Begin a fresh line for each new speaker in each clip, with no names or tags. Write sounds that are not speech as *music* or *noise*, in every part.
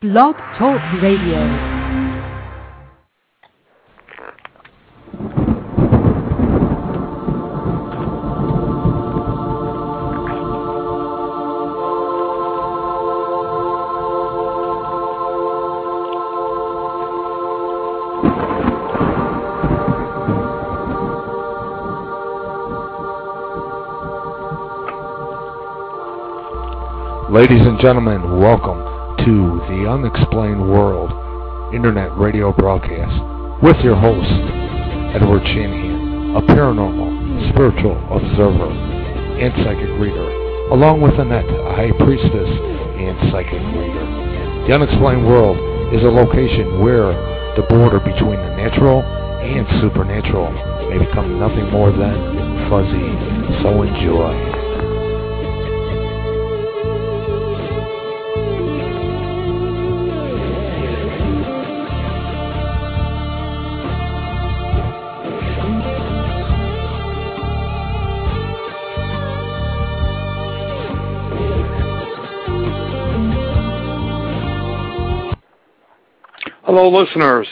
Blog Talk Radio.
Ladies and gentlemen, welcome to the Unexplained World Internet Radio Broadcast with your host, Edward Shanahan, a paranormal, spiritual observer, and psychic reader, along with Annette, a high priestess and psychic reader. The Unexplained World is a location where the border between the natural and supernatural may become nothing more than fuzzy. So enjoy.
Hello, listeners.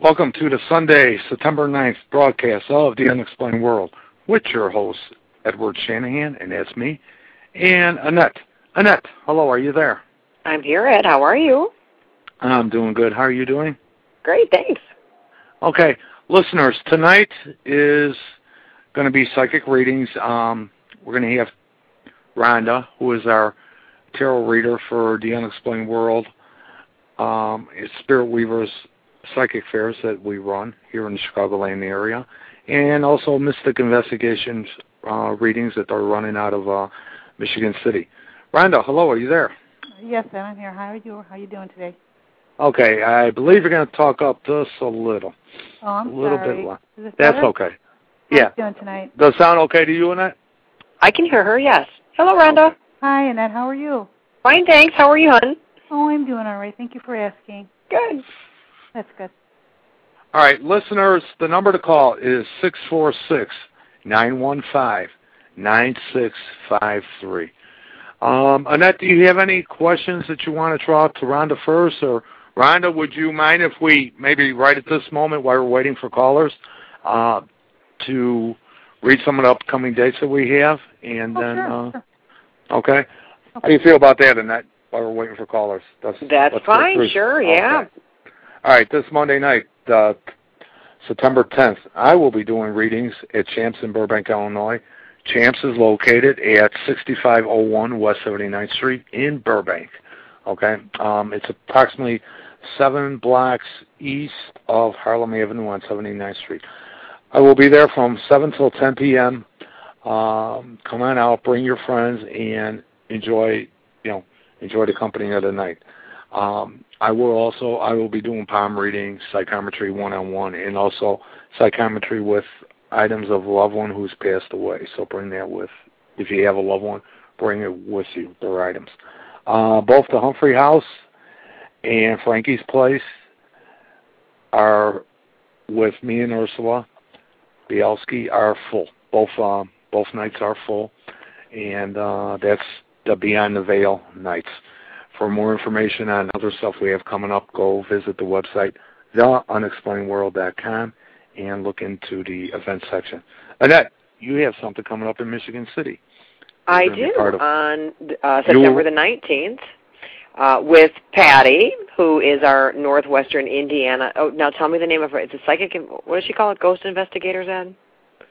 Welcome to the Sunday, September 9th broadcast of The Unexplained World with your host, Edward Shanahan, and that's me, and Annette. Annette, hello, are you there?
I'm here, Ed. How are you?
I'm doing good. How are you doing?
Great, thanks.
Okay, listeners, tonight is going to be psychic readings. Um, we're going to have Rhonda, who is our tarot reader for the Unexplained World. Um, it's Spirit Weaver's psychic fairs that we run here in the Chicagoland area, and also Mystic Investigations uh, readings that are running out of uh, Michigan City. Rhonda, hello, are you there?
Yes, Ed, I'm here. How are you? How are you doing today?
Okay, I believe you're going to talk up just a little,
Oh, I'm
a little
sorry.
bit less.
Is this
That's
better?
okay.
How are
Yeah.
you doing tonight?
Does it sound okay to you, Annette?
I can hear her, yes. Hello, Rhonda.
Hi, Annette. How are you?
Fine, thanks. How are you, hon?
Oh, I'm doing all right. Thank you for asking.
Good.
That's good.
All right, listeners, the number to call is six four six nine one five nine six five three. Um, Annette, do you have any questions that you want to throw out to Rhonda first? Or, Rhonda, would you mind if we maybe right at this moment while we're waiting for callers uh, to read some of the upcoming dates that we have? And
oh,
then,
sure,
uh,
sure.
okay. How do you feel about that, Annette, while we're waiting for callers?
That's
let's go
fine,
through.
sure,
Okay.
yeah.
All right, this Monday night, uh, September 10th, I will be doing readings at Champs in Burbank, Illinois. Champs is located at 6501 West 79th Street in Burbank. Okay, um, it's approximately seven blocks east of Harlem Avenue on 79th Street. I will be there from 7 till 10 p.m. Um, come on out, bring your friends, and enjoy, you know, enjoy the company of the night. Um, I will also I will be doing palm reading, psychometry one on one, and also psychometry with items of a loved one who's passed away. So bring that with if you have a loved one, bring it with you. Their items, uh, both the Humphrey House and Frankie's Place are with me and Ursula Bielski are full. Both um, both nights are full, and uh, that's the Beyond the Veil nights. For more information on other stuff we have coming up, go visit the website theunexplainedworld.com and look into the events section. Annette, you have something coming up in Michigan City.
I
You're gonna be
do
part of-
on uh, September the 19th uh, with Patty, who is our Northwestern Indiana. Oh, now tell me the name of her. It's a psychic. What does she call it? Ghost investigators, Ed?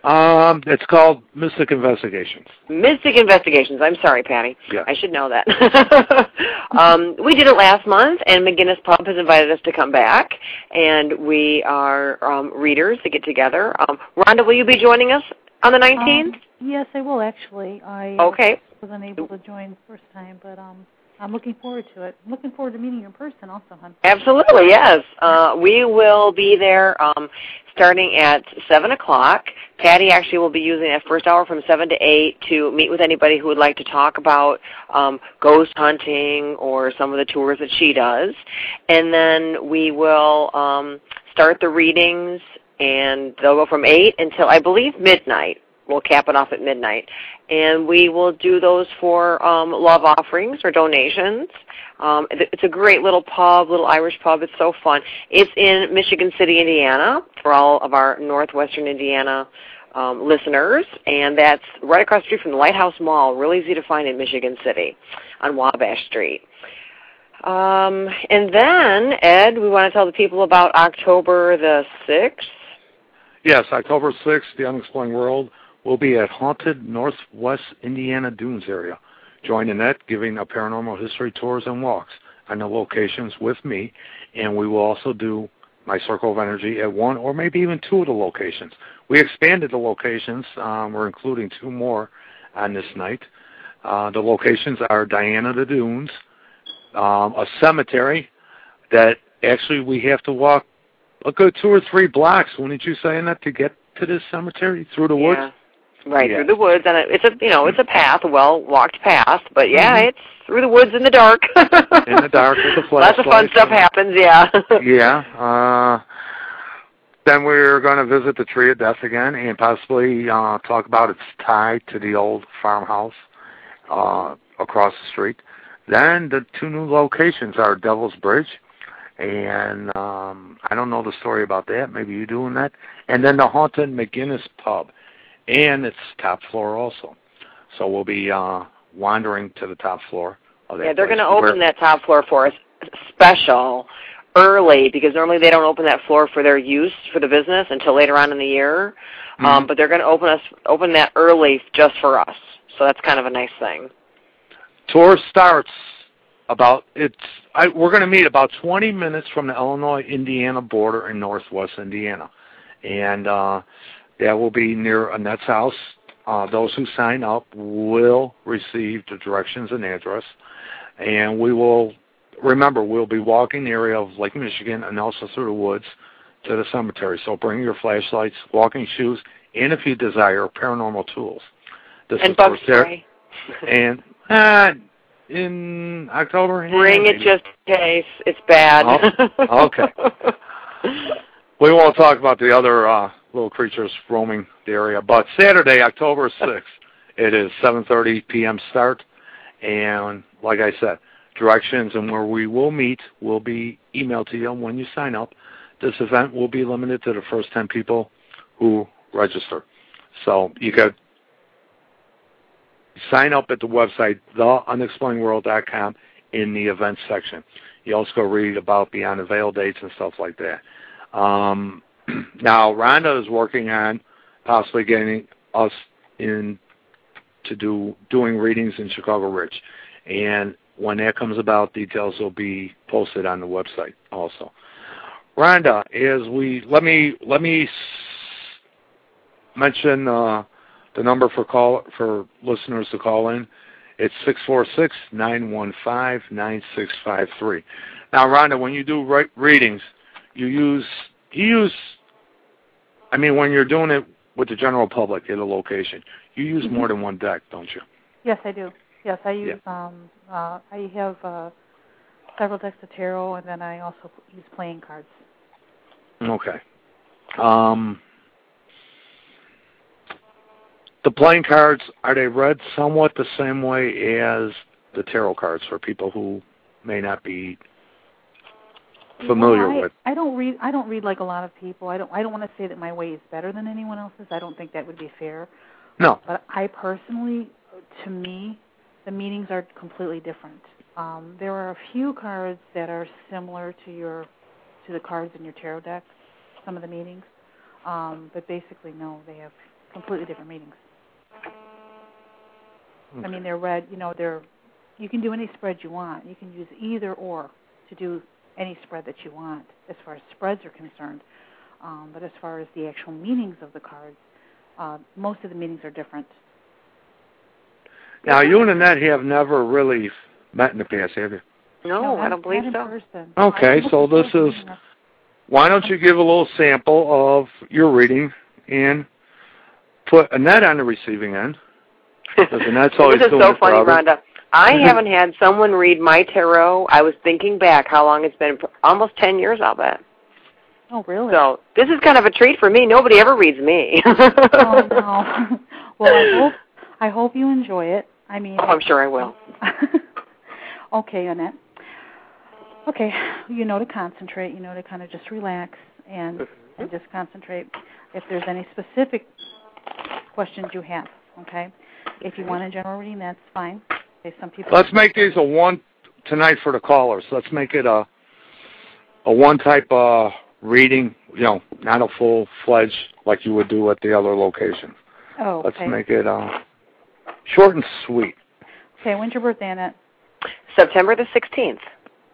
Um, it's called Mystic Investigations.
Mystic Investigations. I'm sorry, Patty.
Yeah.
I should know that. *laughs* um, we did it last month, and McGinnis Pub has invited us to come back, and we are um, readers to get together. Um, Rhonda, will you be joining us on the 19th?
Um, yes, I will actually. I uh,
okay.
wasn't able to join the first time, but um, I'm looking forward to it. I'm looking forward to meeting you in person also, hon.
Absolutely, yes. Uh, we will be there um, starting at 7 o'clock. Patty actually will be using that first hour from 7 to 8 to meet with anybody who would like to talk about um, ghost hunting or some of the tours that she does. And then we will um, start the readings, and they'll go from 8 until, I believe, midnight. we'll cap it off at midnight, and we will do those for um, love offerings or donations. Um, it- it's a great little pub, little Irish pub. It's so fun. It's in Michigan City, Indiana, for all of our northwestern Indiana um, listeners, and that's right across the street from the Lighthouse Mall. Really easy to find in Michigan City, on Wabash Street. Um, and then, Ed, we want to tell the people about October the 6th.
Yes, October 6th, The Unexplained World will be at Haunted Northwest Indiana Dunes area. Join Annette giving a paranormal history tours and walks on the locations with me, and we will also do my Circle of Energy at one or maybe even two of the locations. We expanded the locations. Um, we're including two more on this night. Uh, the locations are Diana the Dunes, um, a cemetery that actually we have to walk a good two or three blocks, wouldn't you say, that to get to this cemetery through the woods?
Yeah. Right
Yeah.
through the woods, and it- it's a you know it's a path, a well walked path, but yeah, it's through the woods in the dark. *laughs* in
Mm-hmm. the dark with the
Lots of fun
flashlights.
stuff happens. *laughs* Yeah.
*laughs* yeah. Uh, then we're going to visit the Tree of Death again and possibly uh, talk about its tie to the old farmhouse uh, across the street. Then the two new locations are Devil's Bridge, and um, I don't know the story about that. Maybe you do in that. And then the Haunted McGinnis Pub, and it's top floor also. So we'll be uh, wandering to the top floor. Of that
yeah, they're
going
going to open that top floor for us special early because normally they don't open that floor for their use for the business until later on in the year. Um,
Mhm.
but they're going to open us open that early just for us, so that's kind of a nice thing.
tour starts about it's I, we're going to meet about 20 minutes from the Illinois Indiana border in northwest Indiana, and uh, that will be near Annette's house. Uh, those who sign up will receive the directions and address, and we will remember we'll be walking the area of Lake Michigan and also through the woods to the cemetery. So bring your flashlights, walking shoes, and if you desire, paranormal tools. This
and
of
Buck,
course, there-
sorry.
and uh, in October.
Bring
yeah,
it
maybe.
just in case it's bad.
Oh, okay. *laughs*
*laughs*
We won't talk about the other uh, little creatures roaming the area, but Saturday, October sixth, it is seven thirty p.m. start, and like I said, directions and where we will meet will be emailed to you when you sign up. This event will be limited to the first ten people who register, so you could sign up at the website theunexplainedworld.com in the events section. You also go read about Beyond the Veil dates and stuff like that. Um, *clears throat* now, Rhonda is working on possibly getting us in to do doing readings in Chicago Rich, and when that comes about, details will be posted on the website also. Rhonda, as we let me let me s- mention uh, the number for call for listeners to call in. It's six four six nine one five nine six five three. Now, Rhonda, when you do re- readings, you use you use I mean when you're doing it with the general public at a location, you use
Mm-hmm.
more than one deck, don't you?
Yes, I do. Yes, I use um uh I have uh several decks of tarot and then I also use playing cards. Mm-hmm.
Okay. Um the playing cards are they read somewhat the same way as the tarot cards for people who may not be familiar
Well, I,
with.
I don't read I don't read like a lot of people. I don't I don't want to say that my way is better than anyone else's. I don't think that would be fair.
No.
But I personally to me the meanings are completely different. Um there are a few cards that are similar to your to the cards in your tarot deck, some of the meanings. Um but basically no, they have completely different meanings. I mean, they're red. You know, they're. You can do any spread you want. You can use either or to do any spread that you want, as far as spreads are concerned. Um, but as far as the actual meanings of the cards, uh, most of the meanings are different.
Now you and Annette have never really met in the past, have you?
No,
No,
Oh, I don't believe
not
so.
In person.
Okay,
I'm
so
looking
this
forward
is-
to meeting her.
Why don't you give a little sample of your reading and put Annette on the receiving end? Listen, that's all
*laughs* this
he's
is
doing
so
is
funny,
Robert.
Rhonda. I haven't had someone read my tarot. I was thinking back how long it's been, almost 10 years, I'll bet.
Oh, really?
So this is kind of a treat for me. Nobody ever reads me.
oh
*laughs*
no. *laughs* well, I hope I hope you enjoy it. I mean,
*laughs* Oh, I'm sure I will.
*laughs* okay, Annette. Okay, you know to concentrate. You know to kind of just relax and
Mm-hmm.
and just concentrate. If there's any specific questions you have, okay. If you want a general reading, that's fine. Okay, some people.
Let's make these a one tonight for the callers. Let's make it a a one type uh reading, you know, not a full fledged like you would do at the other location.
Oh,
Let's
okay.
make it uh short and sweet.
Okay, when's your birthday, Annette?
September the 16th.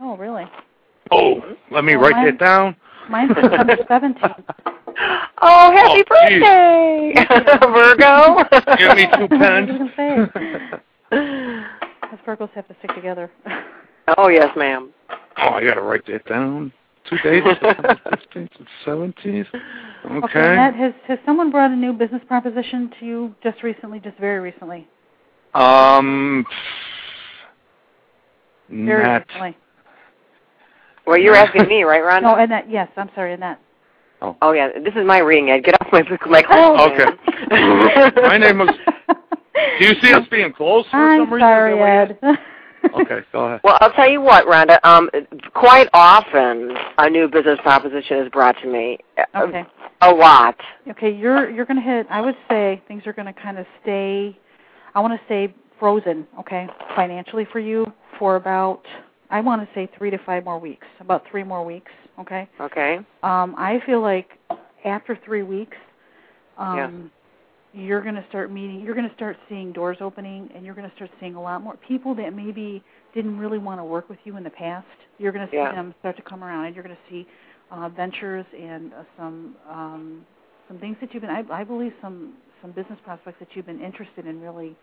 Oh, really?
Oh, let me
Oh,
write
mine-
that
*laughs*
down.
Mine's
*laughs*
September 17th.
*gasps* Oh, happy
Oh, geez.
birthday, *laughs* Virgo.
Give
*laughs*
me two
*laughs* I was
pens.
gonna say. Us Virgos have to stick together.
oh, yes, ma'am.
*laughs* oh, I gotta write that down. Two
*laughs*
days, September fifteenth and seventeenth.
okay, Annette, has has someone brought a new business proposition to you just recently, just very recently?
Um,
Very
not.
recently.
Well, you're asking me, right, Ron?
*laughs* No, Annette, yes, I'm sorry, Annette.
oh, yeah. This is my reading, Ed. Get off my like. Oh,
*laughs*
Okay.
man.
My name was- Do you see us being close for
I'm
some reason?
sorry,
Really?
Ed. *laughs*
Okay, go ahead.
Well, I'll tell you what, Rhonda. Um, quite often, a new business proposition is brought to me. Uh,
okay.
A lot.
Okay, you're you're gonna hit. I would say things are gonna kind of stay. I want to say frozen. Okay, financially for you for about I want to say three to five more weeks. About three more weeks. Okay.
Okay.
Um, I feel like after three weeks,
Yeah.
um, you're gonna start meeting. You're gonna start seeing doors opening, and you're gonna start seeing a lot more people that maybe didn't really want to work with you in the past. You're gonna see
Yeah.
them start to come around, and you're gonna see uh, ventures and uh, some um, some things that you've been. I, I believe some some business prospects that you've been interested in really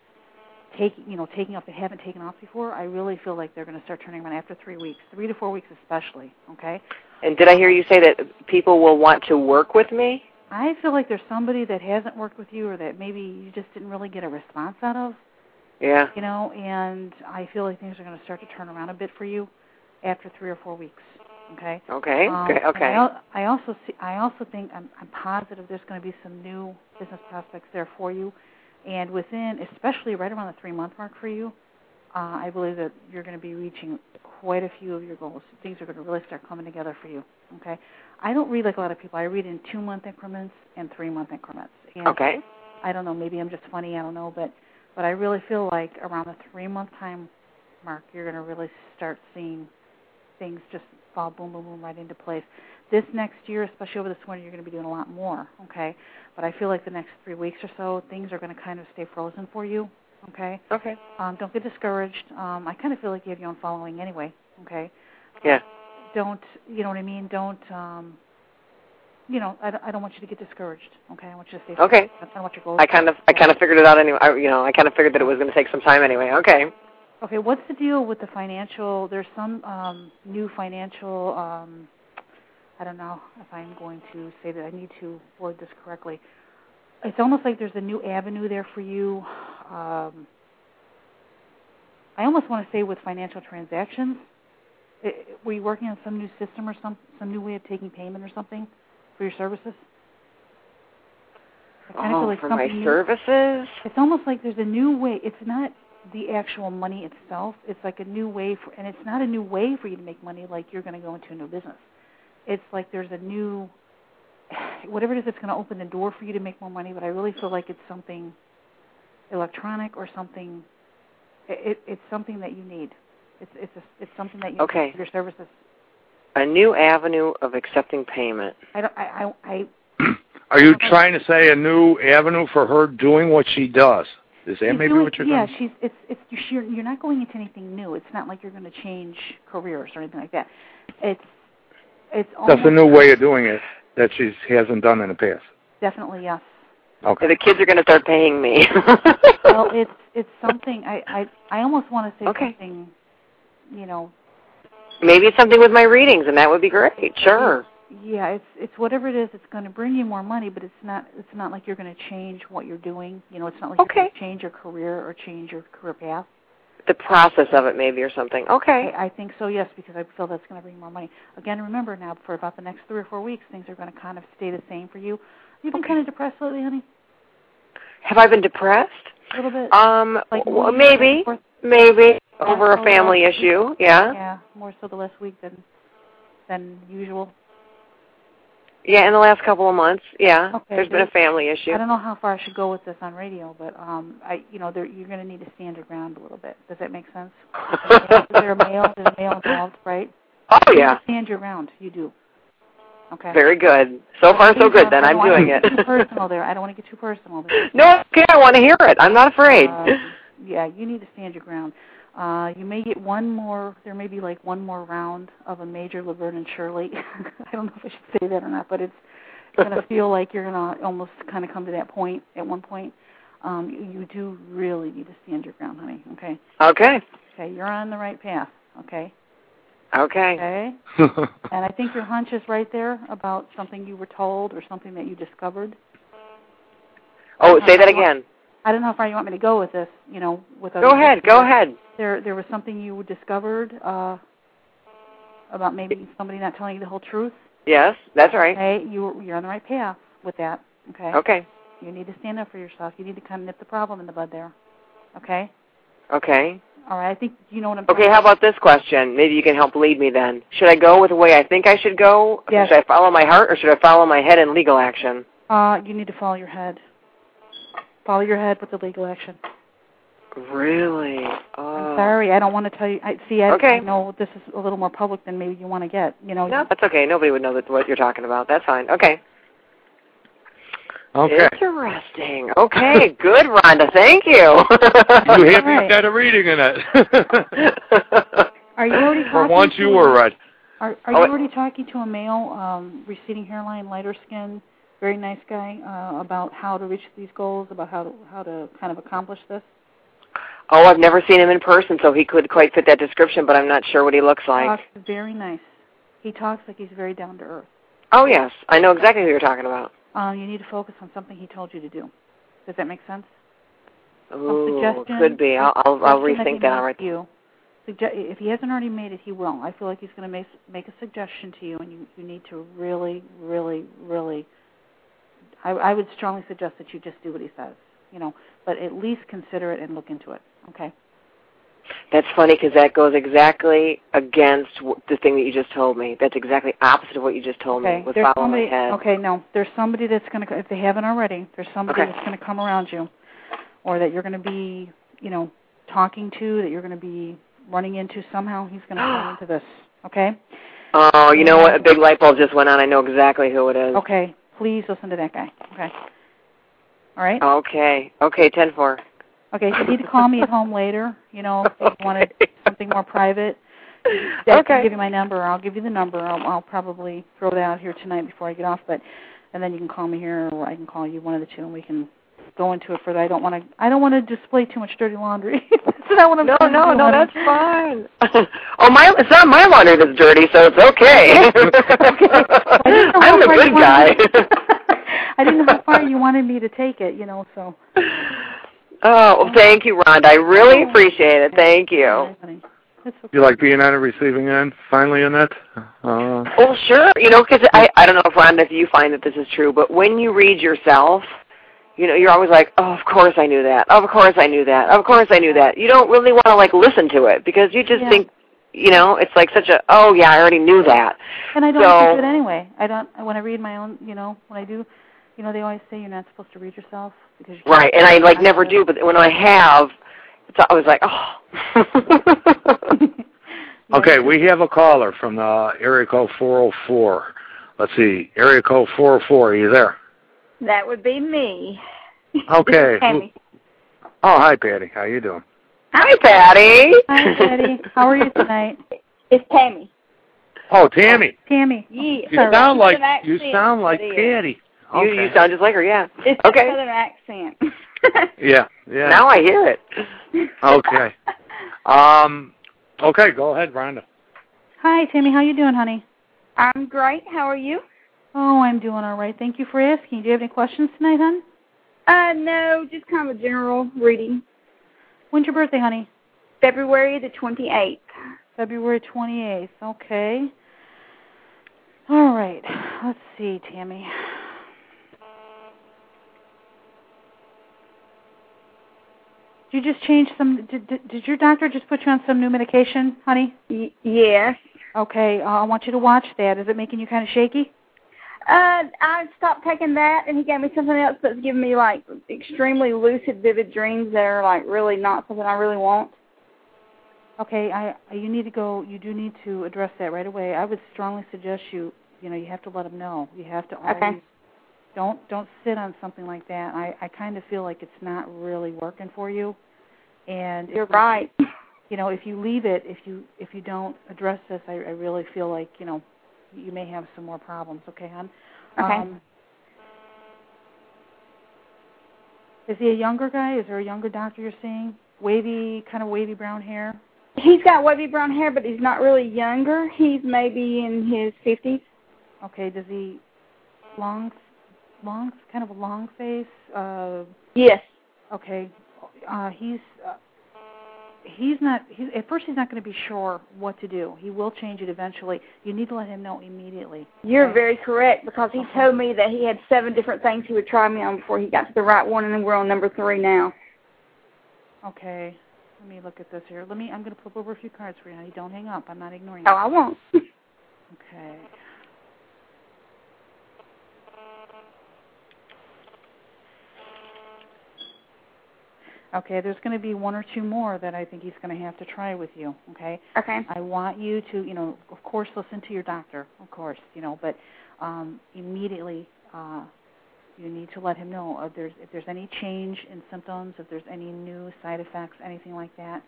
taking you know taking off that haven't taken off before. I really feel like they're gonna start turning around after three weeks, three to four weeks especially. Okay.
And did I hear you say that people will want to work with me?
I feel like there's somebody that hasn't worked with you or that maybe you just didn't really get a response out of,
Yeah.
you know, and I feel like things are going to start to turn around a bit for you after 3 or 4 weeks, okay?
Okay.
Um,
okay.
and I,
Okay.
al- I also see I also think I'm I'm positive there's going to be some new business prospects there for you and within especially right around the 3 month mark for you, uh, I believe that you're going to be reaching quite a few of your goals. Things are going to really start coming together for you. Okay. I don't read like a lot of people. I read in two month increments and three month increments. And
Okay.
I don't know. Maybe I'm just funny. I don't know, but but I really feel like around the three month time mark, you're going to really start seeing things just fall boom, boom, boom right into place. This next year, especially over this winter, you're going to be doing a lot more. Okay, but I feel like the next three weeks or so, things are going to kind of stay frozen for you. Okay.
Okay.
Um, don't get discouraged. Um, I kind of feel like you have your own following anyway. Okay.
Yeah.
Don't you know what I mean? Don't um, you know? I, don't- I don't want you to get discouraged. Okay. I want you to stay.
Okay.
I don't want your goals.
I kind of I kind of figured it out anyway. I, you know, I kind of figured that it was going to take some time anyway. Okay.
Okay. What's the deal with the financial? There's some um, new financial. Um, I don't know if I'm going to say that. I need to word this correctly. It's almost like there's a new avenue there for you. Um, I almost want to say with financial transactions. I were you working on some new system or some some new way of taking payment or something for your services? I kind of
Oh,
feel like
for my
something new-
services.
it's almost like there's a new way. It's not the actual money itself. It's like a new way for, and it's not a new way for you to make money. Like you're going to go into a new business. It's like there's a new, *sighs* whatever it is that's going to open the door for you to make more money. But I really feel like it's something electronic or something. It, it, it's something that you need. It's it's a, it's something that you need
Okay.
for your services.
A new avenue of accepting payment.
I don't. I I, I
Are you trying to say a new avenue for her doing what she does? Is that
She's
maybe
doing-
what you're
yeah,
trying?
she's it's it's you're, sure- you're not going into anything new. It's not like you're going to change careers or anything like that. It's it's
That's
almost
a new way of doing it that she hasn't done in the past.
definitely yes.
Okay. *laughs*
The kids are going to start paying me. *laughs*
Well, it's it's something I I I almost want to say
Okay.
something, you know,
Maybe it's something with my readings, and that would be great. Sure.
yeah, it's it's whatever it is. It's going to bring you more money, but it's not it's not like you're going to change what you're doing. You know, it's not like
Okay.
you're going to change your career or change your career path.
the process of it maybe or something. Okay.
I, I think so, yes, because I feel that's going to bring more money. Again, remember now, for about the next three or four weeks, things are going to kind of stay the same for you. You've been
Okay.
kind of depressed lately, honey.
Have I been depressed?
A little bit.
Um
like
well, maybe
moving back and forth?
maybe over a family
Yeah.
issue. Yeah.
Yeah, more so the last week than than usual.
Yeah, in the last couple of months. Yeah.
Okay,
There's been a
good.
family issue.
I don't know how far I should go with this on radio, but um, I, you know, there, you're going to need to stand your ground a little bit. Does that make
*laughs*
sense? Is there a male? Is a male involved, right?
Oh
You
yeah.
Stand your ground. You do. Okay.
Very good. So far so good then.
I don't
I'm
wanna
doing
get
it.
Too personal there. I don't want to get too personal there.
*laughs* No, okay, I want to hear it. I'm not afraid.
Um, yeah, you need to stand your ground. Uh, you may get one more. There may be like one more round of a major Laverne and Shirley. *laughs* I don't know if I should say that or not, but it's going
*laughs*
to feel like you're going to almost kind of come to that point at one point. Um, you, you do really need to stand your ground, honey. Okay.
Okay.
Okay, you're on the right path. Okay.
Okay.
Okay. And I think your hunch is right there about something you were told or something that you discovered.
Oh, say that
Uh-huh.
again.
I don't know how far you want me to go with this. You know, with
Go ahead. Go ahead.
there there was something you discovered uh about maybe somebody not telling you the whole truth.
Yes, that's right.
Okay, you you're on the right path with that. Okay,
Okay.
you need to stand up for yourself. You need to kind of nip the problem in the bud there. Okay,
Okay.
all right. I think you know what I'm.
Okay,
talking
how about this question? Maybe you can help lead me then. Should I go with the way I think I should go?
Yes.
Should I follow my heart or should I follow my head in legal action?
Uh, you need to follow your head. Follow your head with the legal action.
Really? Oh.
I'm sorry, I don't want to tell you. I see. I,
Okay.
I know this is a little more public than maybe you want to get. You know.
No, that's okay. Nobody would know that, what you're talking about. That's fine. Okay.
okay.
Interesting. Okay, *laughs* good, Rhonda. Thank you.
You
hit
haven't
Right.
had a reading in
*laughs*
it.
Are you already
For
talking
once,
to
you were right.
Are are
Oh,
you
I-
already talking to a male, um, receding hairline, lighter skin, very nice guy, uh, about how to reach these goals, about how to how to kind of accomplish this?
*laughs* oh, I've never seen him in person, so he could quite fit that description, but I'm not sure what he looks like.
Talks very nice. He talks like he's very down to earth.
Oh, yes. I know exactly who you're talking about.
Um, you need to focus on something he told you to do. Does that make sense?
Ooh,
suggestion-
could be. I'll, I'll, I'll
Suggestion
rethink
that.
that. All right.
Right. You. Sugge- if he hasn't already made it, he will. I feel like he's going to make make a suggestion to you, and you you need to really, really, really. I, I would strongly suggest that you just do what he says. You know, but at least consider it and look into it. Okay.
That's funny because that goes exactly against w- the thing that you just told me. That's exactly opposite of what you just told
okay.
me. Was
There's
follow
somebody.
my head.
Okay. No. There's somebody that's going to. If they haven't already, there's somebody
Okay.
that's going to come around you, or that you're going to be, you know, talking to, that you're going to be running into somehow. He's going to
*gasps*
come into this. Okay.
Oh, you know what? A big light bulb just went on. I know exactly who it is.
Okay, please listen to that guy. Okay.
Oh.
All right.
Okay. Okay. Ten four.
*laughs* Okay, you need to call me at home later. You know, if you wanted
Okay.
something more private. I
Okay.
can give you my number. I'll give you the number. I'll, I'll probably throw that out here tonight before I get off. But and then you can call me here, or I can call you one of the two, and we can go into it further. I don't want to. I don't want to display too much dirty laundry. *laughs* that's not what I'm
No,
trying to
no,
do,
no.
honey.
That's fine. *laughs* oh, my! It's not my laundry that's dirty, so it's
*laughs*
okay. *laughs*
I didn't know how
I'm the
far you
good guy.
wanted- *laughs* I didn't know how far you wanted me to take it. You know, so. *laughs*
*laughs* Oh, well, thank you, Rhonda. I really appreciate it. Thank you.
Honey, It's okay.
You like being on the receiving end, finally, Annette? Uh,
Well, sure. You know, because I I don't know if Rhonda, if you find that this is true, but when you read yourself, you know, you're always like, oh, of course I knew that. Of course I knew that. Of course I knew that. You don't really want to like listen to it because you just
Yeah.
think, you know, it's like such a oh yeah, I already knew that.
And I don't
So-
have to do it anyway. I don't. When I read my own, you know, when I do, you know, they always say you're not supposed to read yourself because you
Right, and I like never do, but when I have, it's always like oh.
*laughs* Yeah.
okay, we have a caller from uh, area code 404. Let's see, area code 404. Are you there?
That would be me.
Okay.
Tammy.
Oh, hi, Patty. How you doing?
*laughs* Hi, Patty.
Hi, Patty. How are you tonight,
It's Tammy.
Oh, Tammy.
Tammy?
Yeah.
You sound
It's
like
an accent.
you sound like
It is.
Patty.
You,
Okay.
you sound just like her, yeah.
It's
okay.
a southern accent.
yeah, yeah.
Now I hear it.
*laughs* Okay. Um, okay, go ahead, Rhonda.
Hi, Tammy. How you doing, honey?
*laughs* I'm great. How are you?
Oh, I'm doing all right. Thank you for asking. Do you have any questions tonight, hon?
Uh, no, just kind of a general reading.
When's your birthday, honey?
February the 28th.
February 28th. Okay. All right. Let's see, Tammy. Did you just change some? Did, did, did your doctor just put you on some new medication, honey?
Y- yes.
Okay, uh, I want you to watch that. Is it making you kind of shaky?
Uh, I stopped taking that, and he gave me something else that's giving me like extremely lucid, vivid dreams that are like really not something I really want.
Okay, I you need to go. You do need to address that right away. I would strongly suggest you. You know, you have to let him know. You have to always
Okay.
don't don't sit on something like that. I I kind of feel like it's not really working for you. And if
You're
you-
right. *laughs*
you know if you leave it if you if you don't address this i, I really feel like you know you may have some more problems okay hon
Okay.
um, is he a younger guy is there a younger doctor you're seeing wavy kind of wavy brown hair
He's got wavy brown hair, but he's not really younger. He's maybe in his 50s.
okay does he long long kind of a long face uh
Yes.
okay uh he's uh, he's not he's, at first he's not going to be sure what to do he will change it eventually you need to let him know immediately
You're very correct because he
Okay.
told me that he had seven different things he would try me on before he got to the right one, and then we're on number three now.
Okay. Let me look at this here. Let me. I'm going to flip over a few cards for you, honey. Don't hang up. I'm not ignoring
Oh,
you.
I won't. *laughs*
Okay. Okay. There's going to be one or two more that I think he's going to have to try with you. Okay.
okay.
I want you to, you know, of course, listen to your doctor, of course, you know, but um, immediately uh, you need to let him know if there's if there's any change in symptoms, if there's any new side effects, anything like that.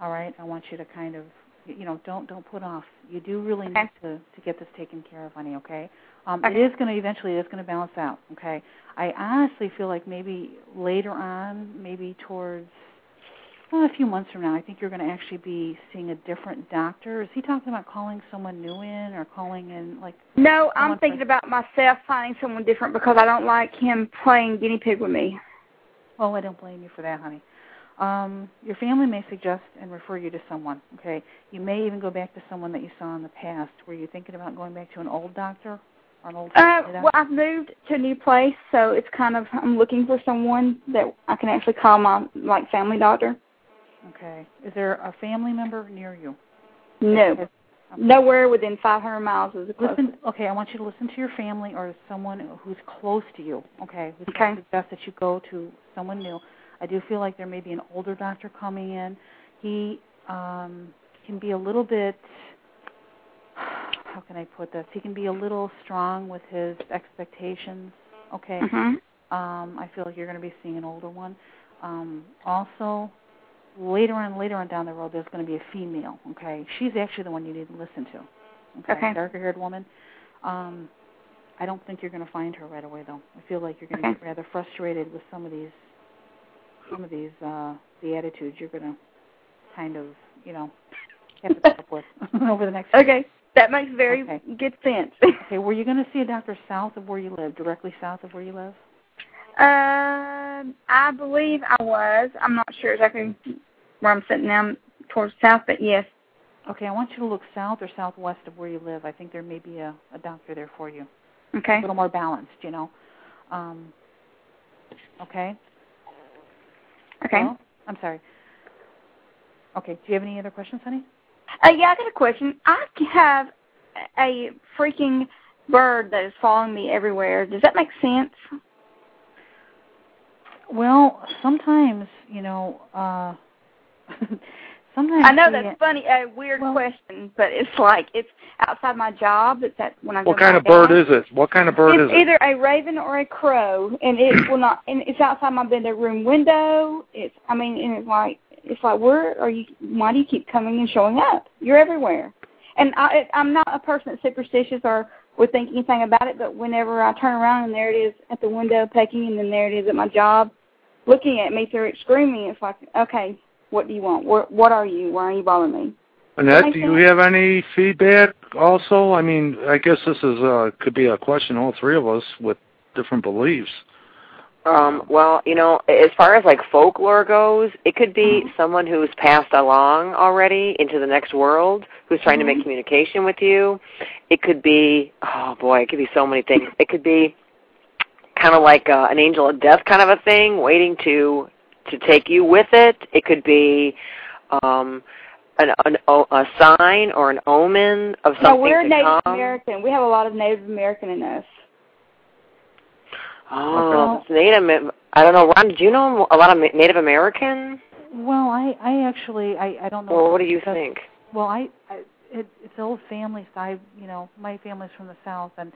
All right, I want you to kind of, y- you know, don't don't put off. You do really
Okay.
need to to get this taken care of, honey. Okay. Um,
Okay.
It is going to eventually. It's going to balance out. Okay. I honestly feel like maybe later on, maybe towards well, a few months from now, I think you're going to actually be seeing a different doctor. Is he talking about calling someone new in or calling in like?
No,
I
I'm
want
thinking
to-
about myself finding someone different because I don't like him playing guinea pig with me.
Oh, I don't blame you for that, honey. Um, your family may suggest and refer you to someone. Okay, you may even go back to someone that you saw in the past. Were you thinking about going back to an old doctor or an old?
Uh,
family
well,
doctor?
I've moved to a new place, so it's kind of I'm looking for someone that I can actually call my like family doctor.
Okay. Is there a family member near you?
No, nowhere within 500 miles is the closest.
Listen, okay, I want you to listen to your family or someone who's close to you, okay? Who's
Okay.
suggest that you go to someone new. I do feel like there may be an older doctor coming in. He um can be a little bit how can I put this? He can be a little strong with his expectations, okay?
Mhm.
Um, I feel like you're going to be seeing an older one. Um, also, later on, later on down the road, there's going to be a female. Okay, she's actually the one you need to listen to.
Okay.
darker-haired woman. Um, I don't think you're going to find her right away, though. I feel like you're going to
Okay.
get rather frustrated with some of these, some of these, uh, the attitudes you're going to kind of, you know, have to put up with *laughs* over the next.
Okay, that makes very
Okay.
good sense. *laughs*
Okay, were you going to see a doctor south of where you live, directly south of where you live?
Um, I believe I was. I'm not sure exactly where I'm sitting now, towards south, but yes.
Okay, I want you to look south or southwest of where you live. I think there may be a, a doctor there for you. A
Okay.
little more balanced, you know. Um, okay.
Okay.
Well, I'm sorry. Okay. Do you have any other questions, honey?
Uh, yeah, I got a question. I have a freaking bird that is following me everywhere. Does that make sense?
Well, sometimes, you know, uh, *laughs* sometimes
I know
the-
that's funny, a weird
Well-
question, but it's like it's outside my job. It's at when I.
What
go
kind
back
of bird
out.
is it? What kind of bird
it's
is it?
either a raven or a crow, and it will not. And it's outside my bedroom window. It's. I mean, and it's like it's like where are you? Why do you keep coming and showing up? You're everywhere. And I, it- I'm not a person that's superstitious or would think anything about it, but whenever I turn around and there it is at the window pecking, and then there it is at my job, looking at me through it, screaming. It's like, okay, what do you want? Where, what are you? Why are you bothering me?
Annette,
Like
do you
that.
have any feedback also? I mean, I guess this is uh could be a question all three of us with different beliefs.
Um, well, you know, as far as like folklore goes, it could be
Mm-hmm.
someone who's passed along already into the next world, who's trying
Mm-hmm.
to make communication with you. It could be, oh boy, it could be so many things. It could be kind of like uh, an angel of death kind of a thing, waiting to to take you with it. It could be um, an, an o- a sign or an omen of
No,
something
we're
to
Native
come.
American. We have a lot of Native American in us.
Oh, it's Native. I don't know, Ron. Do you know a lot of Ma- Native American?
Well, I I actually I I don't know.
Well, what do you
because-
*laughs*
think?
Well, I, I it, it's old family, so I you know my family's from the south, and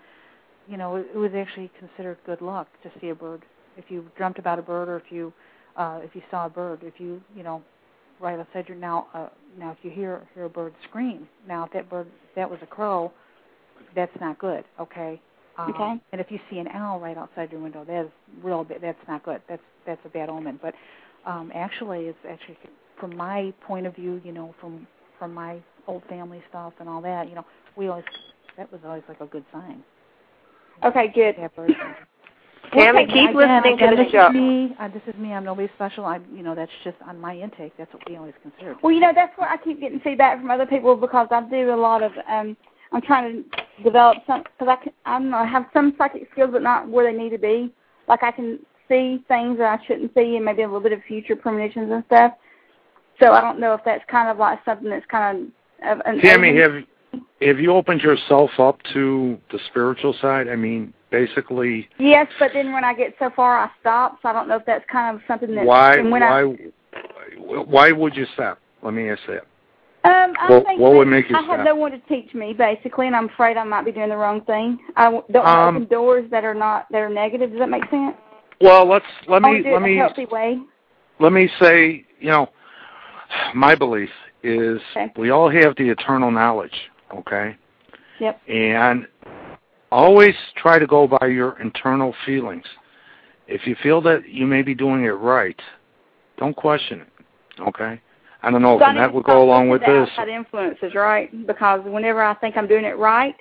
you know it, it was actually considered good luck to see a bird if you dreamt about a bird or if you uh if you saw a bird if you you know right outside your now uh, now if you hear hear a bird scream now if that bird if that was a crow that's not good okay um,
Okay.
and if you see an owl right outside your window that is real ba- that's not good that's that's a bad omen but um actually it's actually from my point of view you know from from my old family stuff and all that you know we always that was always like a good sign
Okay, good.
yeah, birds.
Tammy,
Okay,
keep
Again,
listening
again,
to the
this
show.
Is me, uh, this is me. I'm nobody special. I'm, you know, that's just on my intake. That's what we always considered.
Well, you know, that's where I keep getting feedback from other people because I do a lot of. um I'm trying to develop some because I can. I don't know. I have some psychic skills, but not where they need to be. Like I can see things that I shouldn't see, and maybe a little bit of future premonitions and stuff. So I don't know if that's kind of like something that's kind of. of an
Tammy,
alien-
have have you opened yourself up to the spiritual side? I mean, basically,
Yes, but then when I get so far, I stop. So I don't know if that's kind of something that.
why
and when I,
why why would you stop? Let me ask that.
Um, I
What-
think
what would
that
make you
I
stop?
have no one to teach me, basically, and I'm afraid I might be doing the wrong thing. I w- don't want
Um,
to open doors that are not that are negative. Does that make sense?
Well, let's let
I wanna
me
do Oh, it
let
in
me
a healthy way.
let me say, you know, my belief is
Okay.
we all have the eternal knowledge, okay?
Yep.
And always try to go by your internal feelings. If you feel that you may be doing it right, don't question it, okay? I don't know,
So I
Oh, and
need
that
to
would
stop
go along
listening
with
to
this.
Outside influences, right? Because whenever I think I'm doing it right,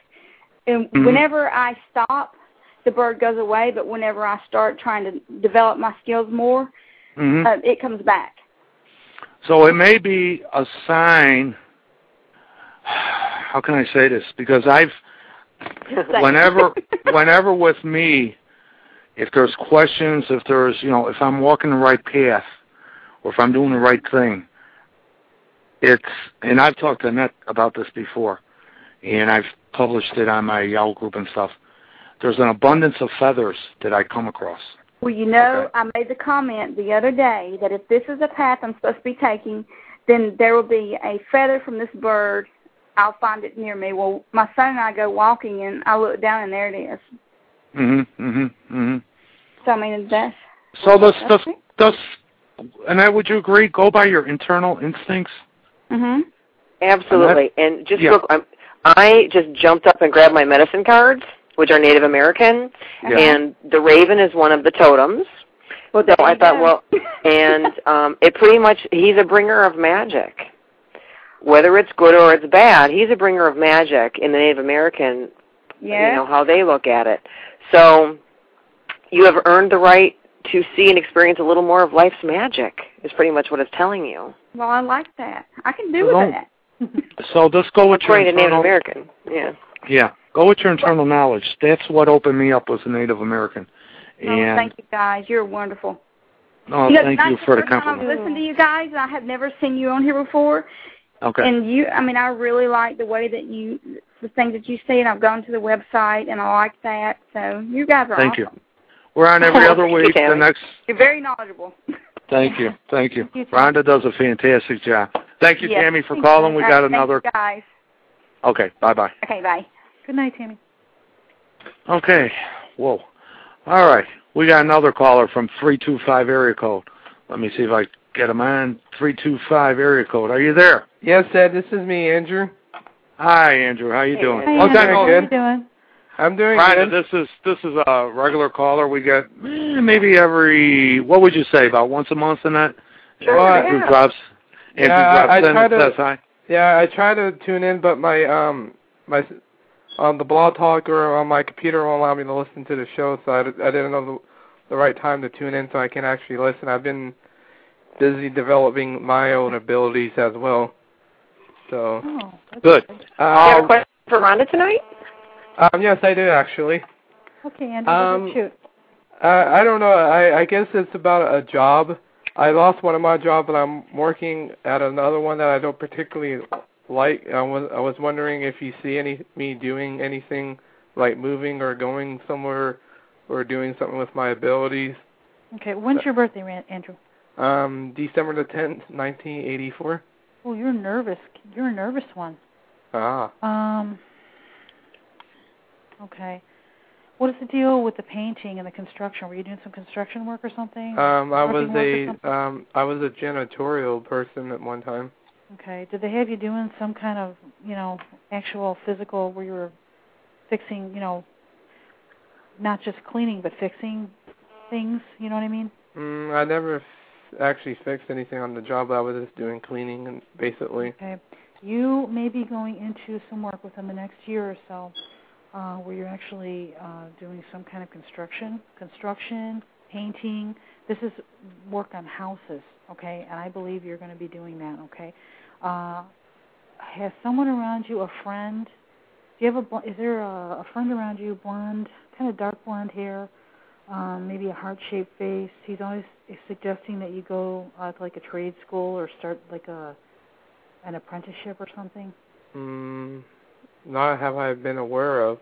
and
Mhm.
whenever I stop, the bird goes away. But whenever I start trying to develop my skills more,
Mhm.
uh, it comes back.
So it may be a sign. *sighs* How can I say this? Because I've
*laughs*
like-
whenever whenever with me, if there's questions, if there's you know, if I'm walking the right path, or if I'm doing the right thing, it's and I've talked to Annette about this before, and I've published it on my Yellow group and stuff. There's an abundance of feathers that I come across.
Well, you know,
Okay.
I made the comment the other day that if this is a path I'm supposed to be taking, then there will be a feather from this bird. I'll find it near me. Well, my son and I go walking, and I look down, and there it is.
Mhm, mhm, mhm.
So I mean, that's
So let's
that's
let's let's. And I would you agree? Go by your internal instincts.
Mhm.
Absolutely. And just
yeah.
look, I'm, I just jumped up and grabbed my medicine cards, which are Native American,
Uh-huh.
Yeah.
and the raven is one of the totems.
Well,
So
there
I
you
thought,
go.
well,
*laughs*
and um, it pretty much he's a bringer of magic. Whether it's good or it's bad, he's a bringer of magic in the Native American you
yeah.
know how they look at it. So you have earned the right to see and experience a little more of life's magic. Is pretty much what it's telling you,
Well, I like that. I can do
So don't-
with that.
So let's go with your
according to Native
internal.
American. Yeah.
Yeah, go with your internal knowledge. That's what opened me up was the Native American.
No,
and
Oh, thank you guys. You're wonderful.
no,
you know,
thank
tonight's
you for the
first time I've
compliment.
listened to you guys, and I have never seen you on here before.
Okay.
And you, I mean, I really like the way that you, the things that you see, and I've gone to the website, and I like that. So you guys are
Thank you.
awesome.
We're on
*laughs*
every other
Thank you,
week. The
Tammy.
next.
You're very knowledgeable.
Thank you. Thank you.
You too.
Rhonda does a fantastic job. Thank you,
Yes.
Tammy, for calling. We
All
got
right,
another.
Thank you guys.
Okay. Bye bye.
Okay, bye.
Good night, Tammy.
Okay. Whoa. All right. We got another caller from three two five area code. Let me see if I get him on three two five area code. Are you there?
Yes, Ed, this is me, Andrew.
Hi, Andrew. How you doing?
Hi,
Oh,
Andrew.
Daniel,
How
good.
you doing?
I'm doing
Rhonda,
good.
this is this is a regular caller. We get eh, maybe every what would you say about once a month in that?
Sure,
If Andrew
yeah.
drops. Andrew
Yeah,
drops
I- I
in,
try to-
that's high.
Yeah, I try to tune in, but my um my on the blog talk or on my computer won't allow me to listen to the show, so I, I didn't know the, the right time to tune in so I can actually listen. I've been busy developing my own abilities as well. So
Oh, that's
Good.
great.
Do you have a
um,
question for Rhonda tonight?
um yes, I do actually.
Okay, Andy, um,
Um,
shoot.
Uh, I don't know. I, I guess it's about a job. I lost one of my job, and I'm working at another one that I don't particularly like. I was I was wondering if you see any me doing anything like moving or going somewhere or doing something with my abilities.
Okay, when's your birthday, Ran- Andrew?
Um, December the tenth, nineteen eighty four.
Oh, you're nervous. You're a nervous one.
Ah,
Um. Okay. What is the deal with the painting and the construction? Were you doing some construction work or something?
um, I was
Working with or
a um I was a janitorial person at one time.
okay. Did they have you doing some kind of, you know, actual physical where you were fixing, you know, not just cleaning but fixing things? You know what I mean?
Mm, I never f- actually fixed anything on the job. I was just doing cleaning and basically.
Okay. You may be going into some work within the next year or so, uh, where you're actually uh, doing some kind of construction, construction, painting. This is work on houses, okay? And I believe you're going to be doing that, okay? Uh, has someone around you, a friend? Do you have a? bl Is there a, a friend around you, blonde, kind of dark blonde hair? um, maybe a heart shaped face. He's always suggesting that you go uh, to like a trade school or start like a an apprenticeship or something.
Mm, not have I been aware of.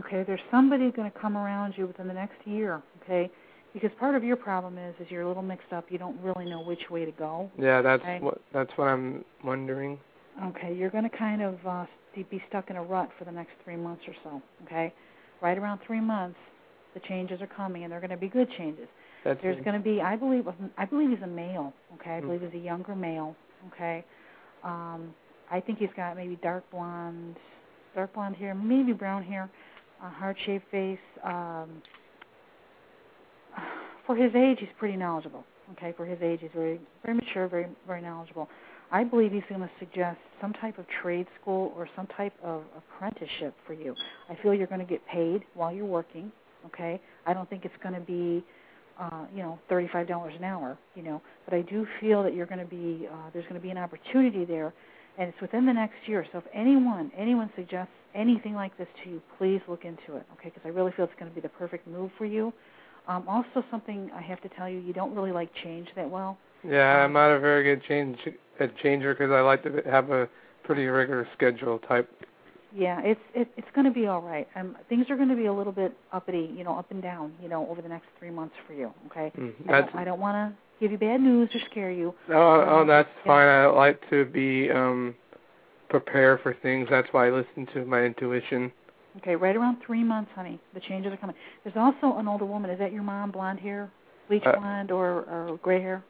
Okay, there's somebody going to come around you within the next year. Okay, because part of your problem is is you're a little mixed up. You don't really know which way to go.
Yeah, that's
Okay.
what that's what I'm wondering.
Okay, you're going to kind of uh, st- be stuck in a rut for the next three months or so. Okay, right around three months, the changes are coming, and they're going to be good changes.
That's
There's going to be, I believe, I believe he's a male. Okay, I
Hmm.
believe he's a younger male. Okay, um, I think he's got maybe dark blonde, dark blonde hair, maybe brown hair, a heart shaped face. Um, *sighs* for his age, he's pretty knowledgeable. Okay, for his age, he's very, very mature, very, very knowledgeable. I believe he's going to suggest some type of trade school or some type of apprenticeship for you. I feel you're going to get paid while you're working. Okay, I don't think it's going to be uh, you know, thirty-five dollars an hour, you know. But I do feel that you're going to be uh, there's going to be an opportunity there, and it's within the next year. So if anyone anyone suggests anything like this to you, please look into it, okay? Because I really feel it's going to be the perfect move for you. Um, also, something I have to tell you, you don't really like change that well.
yeah, I'm not a very good change a changer because I like to have a pretty regular schedule type.
Yeah, it's it, it's going to be all right. Um, things are going to be a little bit uppity, you know, up and down, you know, over the next three months for you, okay?
Mm,
I
that's
don't, I don't want to give you bad news or scare you,
oh, oh,
um,
that's
yeah.
fine. I like to be um prepared for things. That's why I listen to my intuition.
Okay, right around three months, honey. The changes are coming. There's also an older woman. Is that your mom? Blonde hair, bleach
Uh,
blonde, or, or gray hair?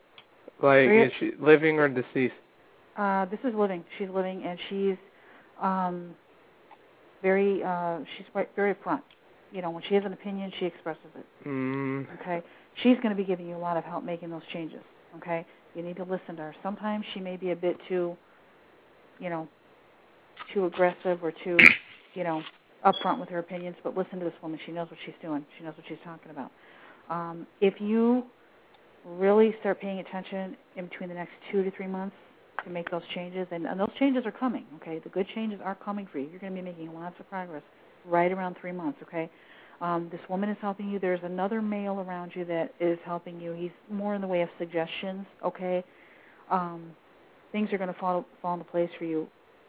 Like
Great.
is she living or deceased?
Uh, this is living. She's living, and she's um, very uh, she's quite- very upfront. You know, when she has an opinion, she expresses it.
Mm,
Okay, she's going to be giving you a lot of help making those changes. Okay, you need to listen to her. Sometimes she may be a bit too, you know, too aggressive or too, you know, upfront with her opinions. But listen to this woman. She knows what she's doing. She knows what she's talking about. Um, if you really start paying attention in between the next two to three months to make those changes, and, and those changes are coming. Okay, the good changes are coming for you. You're going to be making lots of progress right around three months. Okay. Um, this woman is helping you. There's another male around you that is helping you. He's more in the way of suggestions. Okay, um, things are going to fall fall into place for you.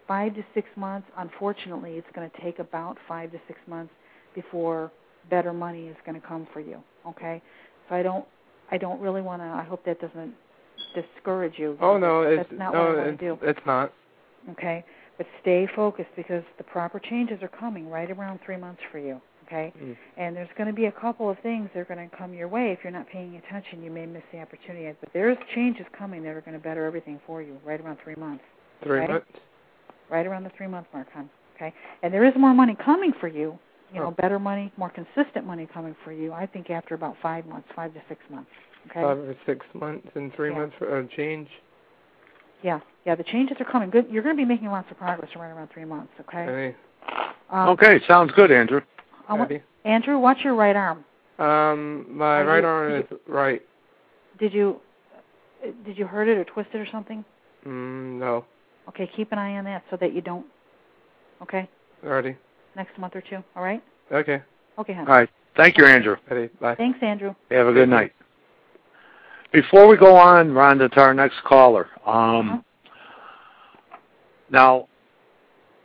Five to six months. Unfortunately, it's going to take about five to six months before better money is going to come for you. Okay, so I don't I don't really want to. I hope that doesn't discourage you.
oh no, it's
that's not
no,
what I want
it's,
to do
it's not.
okay? But stay focused because the proper changes are coming right around three months for you, okay?
Mm.
And there's going to be a couple of things that are going to come your way. If you're not paying attention, you may miss the opportunity. But there's changes coming that are going to better everything for you right around three months,
Three
Right?
months.
right around the three month mark, hon, okay? And there is more money coming for you, you know,
Huh.
better money, more consistent money coming for you, I think after about five months, five to six months, okay?
Five or six months and three
Yeah.
months for a change.
Yeah, yeah, the changes are coming. Good. You're going to be making lots of progress right around three months, okay?
Okay.
Um,
Okay, sounds good, Andrew.
I want, Andrew, watch your right arm.
Um, my
Are
right
you-
arm is right.
Did you uh, did you hurt it or twist it or something?
Mm, no,
Okay, keep an eye on that so that you don't. Okay,
already.
next month or two. All right.
Okay,
Okay,
All
hon.
right. Thank you, Andrew.
ready. Bye.
Thanks, Andrew.
Have a good night. Before we go on, Rhonda, to our next caller, um, now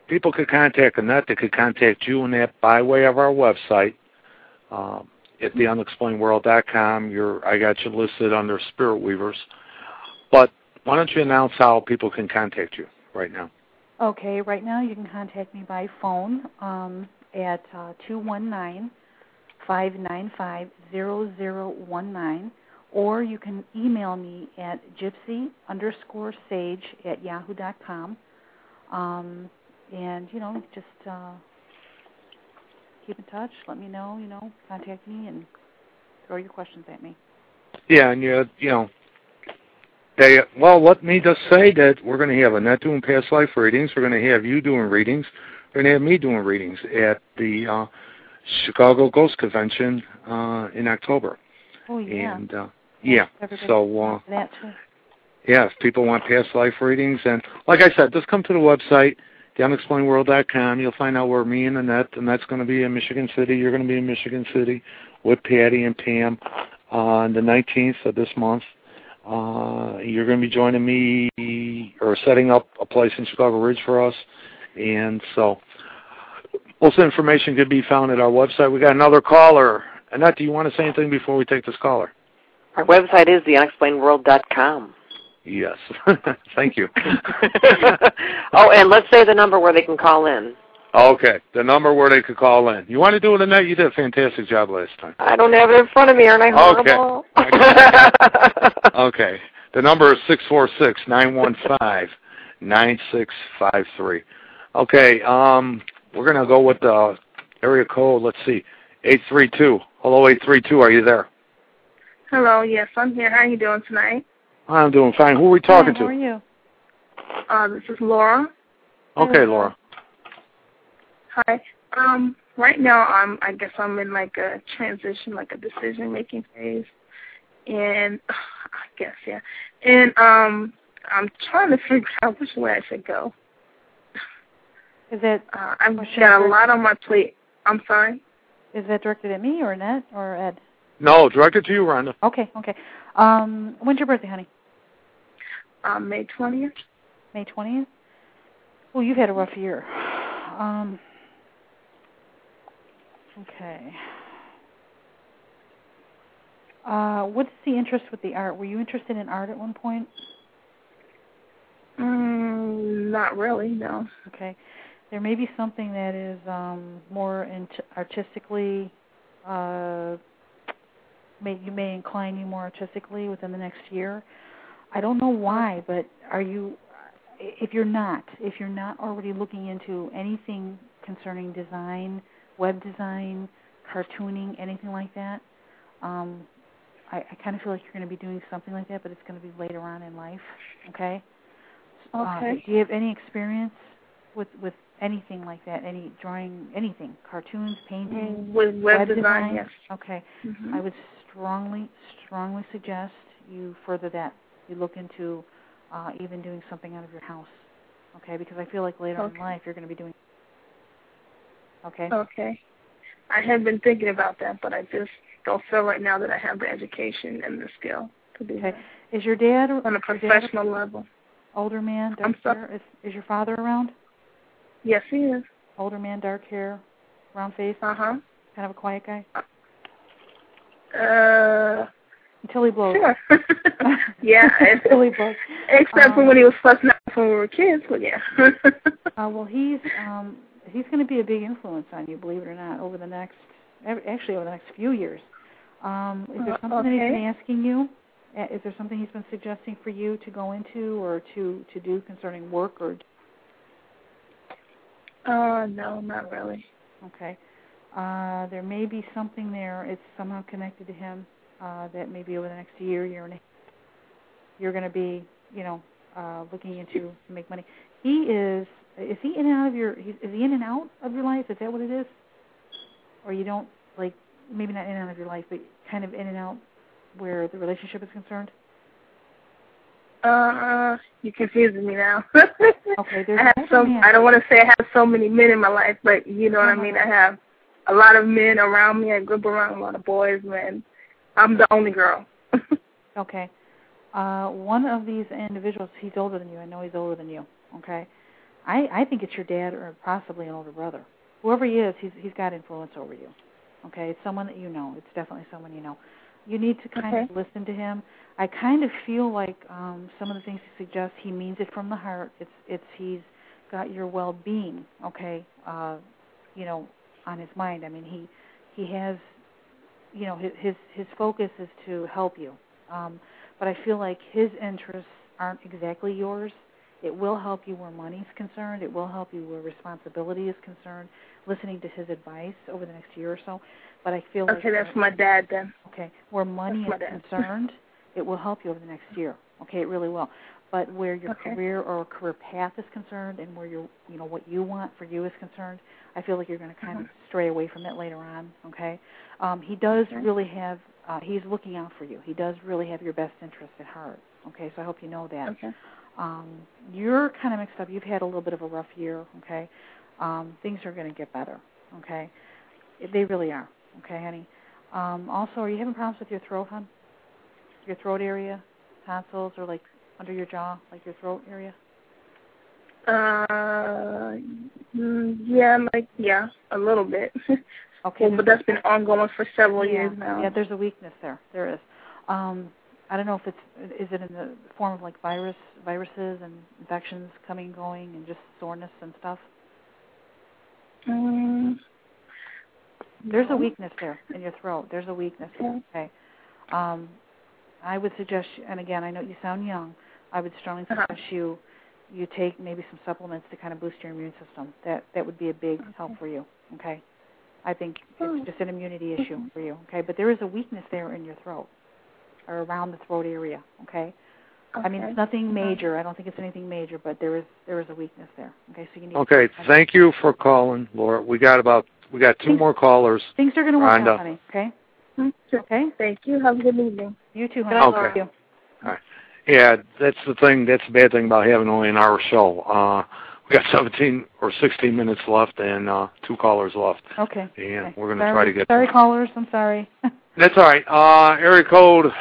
people could contact Annette, they could contact you and that by way of our website um, at theunexplainedworld.com. You're, I got you listed under Spirit Weavers. But why don't you announce how people can contact you right now?
Okay, right now you can contact me by phone um, at two one nine five nine five zero zero one nine, or you can email me at gypsy underscore sage at yahoo dot com. Um, and you know, just uh, keep in touch. Let me know. You know, contact me and throw your questions at me.
Yeah, and you you know they well let me just say that we're gonna have Annette doing past life readings, we're gonna have you doing readings, we're gonna have me doing readings at the uh Chicago Ghost Convention uh in October.
Oh yeah,
And uh yeah.
Everybody-
So uh
that too.
yeah, if people want past life readings and like I said, just come to the website, theunexplainedworld.com, you'll find out where me and Annette and that's gonna be in Michigan City, you're gonna be in Michigan City with Patty and Pam on the nineteenth of this month. Uh you're gonna be joining me or setting up a place in Chicago Ridge for us. And so most information could be found at our website. We got another caller. Annette, do you want to say anything before we take this caller?
Our website is theunexplainedworld.com.
Yes. *laughs* Thank you.
*laughs* oh, and let's say the number where they can call in.
Okay, the number where they could call in. You want to do it tonight? You did a fantastic job last time.
I don't have it in front of me, aren't I
Okay.
horrible? *laughs*
Okay, the number is six four six nine one five nine six five three. Okay, um, we're gonna go with the area code. Let's see, eight three two. Hello, eight three two. Are you there?
Hello, yes, I'm here. How are you doing tonight?
I'm doing fine. Who are we talking
Hi, How are you?
Uh, this is Laura.
to? Okay, Laura.
Hi. Um, right now I'm I guess I'm in like a transition, like a decision making phase. And *sighs* I guess, yeah. And um I'm trying to figure out which way I should go.
Is that
Uh I've
Or should
got
I-
a lot on my plate. I'm sorry.
is that directed at me or Annette or Ed?
No, directed to you, Rhonda.
Okay, okay. Um, when's your birthday, honey?
Um, May twentieth.
May twentieth. Well, you've had a rough year. Um, okay. Uh, what's the interest with the art? Were you interested in art at one point?
Mm, not really, no.
Okay. There may be something that is um, more in artistically, uh, may, you may incline you more artistically within the next year. I don't know why, but are you, if you're not, if you're not already looking into anything concerning design, web design, cartooning, anything like that, um, I, I kind of feel like you're going to be doing something like that, but it's going to be later on in life. Okay. Uh,
Okay.
do you have any experience with with anything like that? Any drawing, anything, cartoons, painting,
Mm, With web,
Mm-hmm. web
design,
design?
yes.
Okay.
hmm
I would strongly, strongly suggest you further that. You look into uh, even doing something out of your house, okay? Because I feel like later
Okay. Oh.
in life you're going to be doing. Okay.
Okay. I had been thinking about that, but I just don't feel right now that I have the education and the skill to do
Okay.
that
Is your dad or
on a
your dad
professional level.
older man dark
Um, I'm sorry.
hair? Is, is your father around?
Yes, he is.
Older man, dark hair, round face,
Uh huh.
kind of a quiet guy
Uh,
until he blows. *laughs*
sure. *laughs* yeah. it's-
until he blows.
*laughs* Except for
Um,
when he was fussing out when we were kids, but yeah. *laughs*
Uh, well, he's um, he's going to be a big influence on you, believe it or not, over the next ev- actually over the next few years. Um, is there
Uh,
something that he's been
okay.
asking you? Uh, Is there something he's been suggesting for you to go into or to to do concerning work or
uh, no, not really.
okay? Uh, there may be something there. It's somehow connected to him uh, that maybe over the next year, year and a half, you're going to be you know uh, looking into to make money. He is. Is he in and out of your? he's- Is he in and out of your life? Is that what it is? Or you don't like maybe not in and out of your life, but kind of in and out where the relationship is concerned?
Uh, you're confusing me now. *laughs*
Okay, there's
I have
another
so
man.
I don't want to say I have so many men in my life, but you know what I
Mhm.
mean. I have a lot of men around me. I grew up around a lot of boys, man. I'm the only girl. *laughs*
Okay. Uh, one of these individuals, he's older than you. I know he's older than you. Okay. I I think it's your dad or possibly an older brother. Whoever he is, he's he's got influence over you. Okay. It's someone that you know. It's definitely someone you know. You need to kind of listen to him. I kind of feel like um, some of the things he suggests, he means it from the heart. It's it's he's got your well-being. Okay. Uh, you know, on his mind. I mean, he he has you know his his, his focus is to help you um, but I feel like his interests aren't exactly yours. It will help you where money's concerned. It will help you where responsibility is concerned. Listening to his advice over the next year or so, but I feel like
okay, that's my dad then.
okay where money
that's my
is
dad.
concerned, it will help you over the next year. Okay, it really will. But where your
Okay.
career or career path is concerned, and where your you know what you want for you is concerned, I feel like you're going to kind of stray away from it later on. Okay, um, he does
Mm-hmm. Okay.
really have. Uh, he's looking out for you. He does really have your best interest at heart. Okay, so I hope you know that.
Okay.
Um, you're kind of mixed up. You've had a little bit of a rough year. Okay, um, things are going to get better. Okay, they really are. Okay, honey. Um, also, are you having problems with your throat, hon? Your throat area, tonsils, or like under your jaw, like your throat area?
Uh, mm, yeah, like yeah, a little bit. *laughs*
Okay.
well, but that's been ongoing for several
yeah.
years now.
Yeah, there's a weakness there. There is. Um, I don't know if it's is it in the form of like virus, viruses and infections coming, going, and just soreness and stuff.
Mm,
There's a
no.
weakness there in your throat. There's a weakness.
Okay.
Okay. Um, I would suggest, and again, I know you sound young. I would strongly
Uh-huh.
suggest you you take maybe some supplements to kind of boost your immune system. That that would be a big help for you. Okay. I think
Oh.
it's just
*laughs*
an immunity issue for you. Okay. But there is a weakness there in your throat or around the throat area. Okay. I mean,
Okay. Mm-hmm.
it's nothing major. I don't think it's anything major, but there is there is a weakness there. Okay. So you need.
Okay, thank you for calling, Laura. We got about we got two more callers.
Things are going to work
Rhonda.
out, honey. Okay.
Okay.
Okay.
Mm-hmm. Thank you. Have a good evening.
You too, honey.
Good
Okay.
luck.
Thank you.
Yeah, that's the thing. That's the bad thing about having only an hour show. Uh, we got *laughs* 17 or 16 minutes left and uh, two callers left,
Okay.
and
Okay.
we're going to
sorry,
try to get.
Sorry, callers. I'm sorry.
That's all right. Uh, area code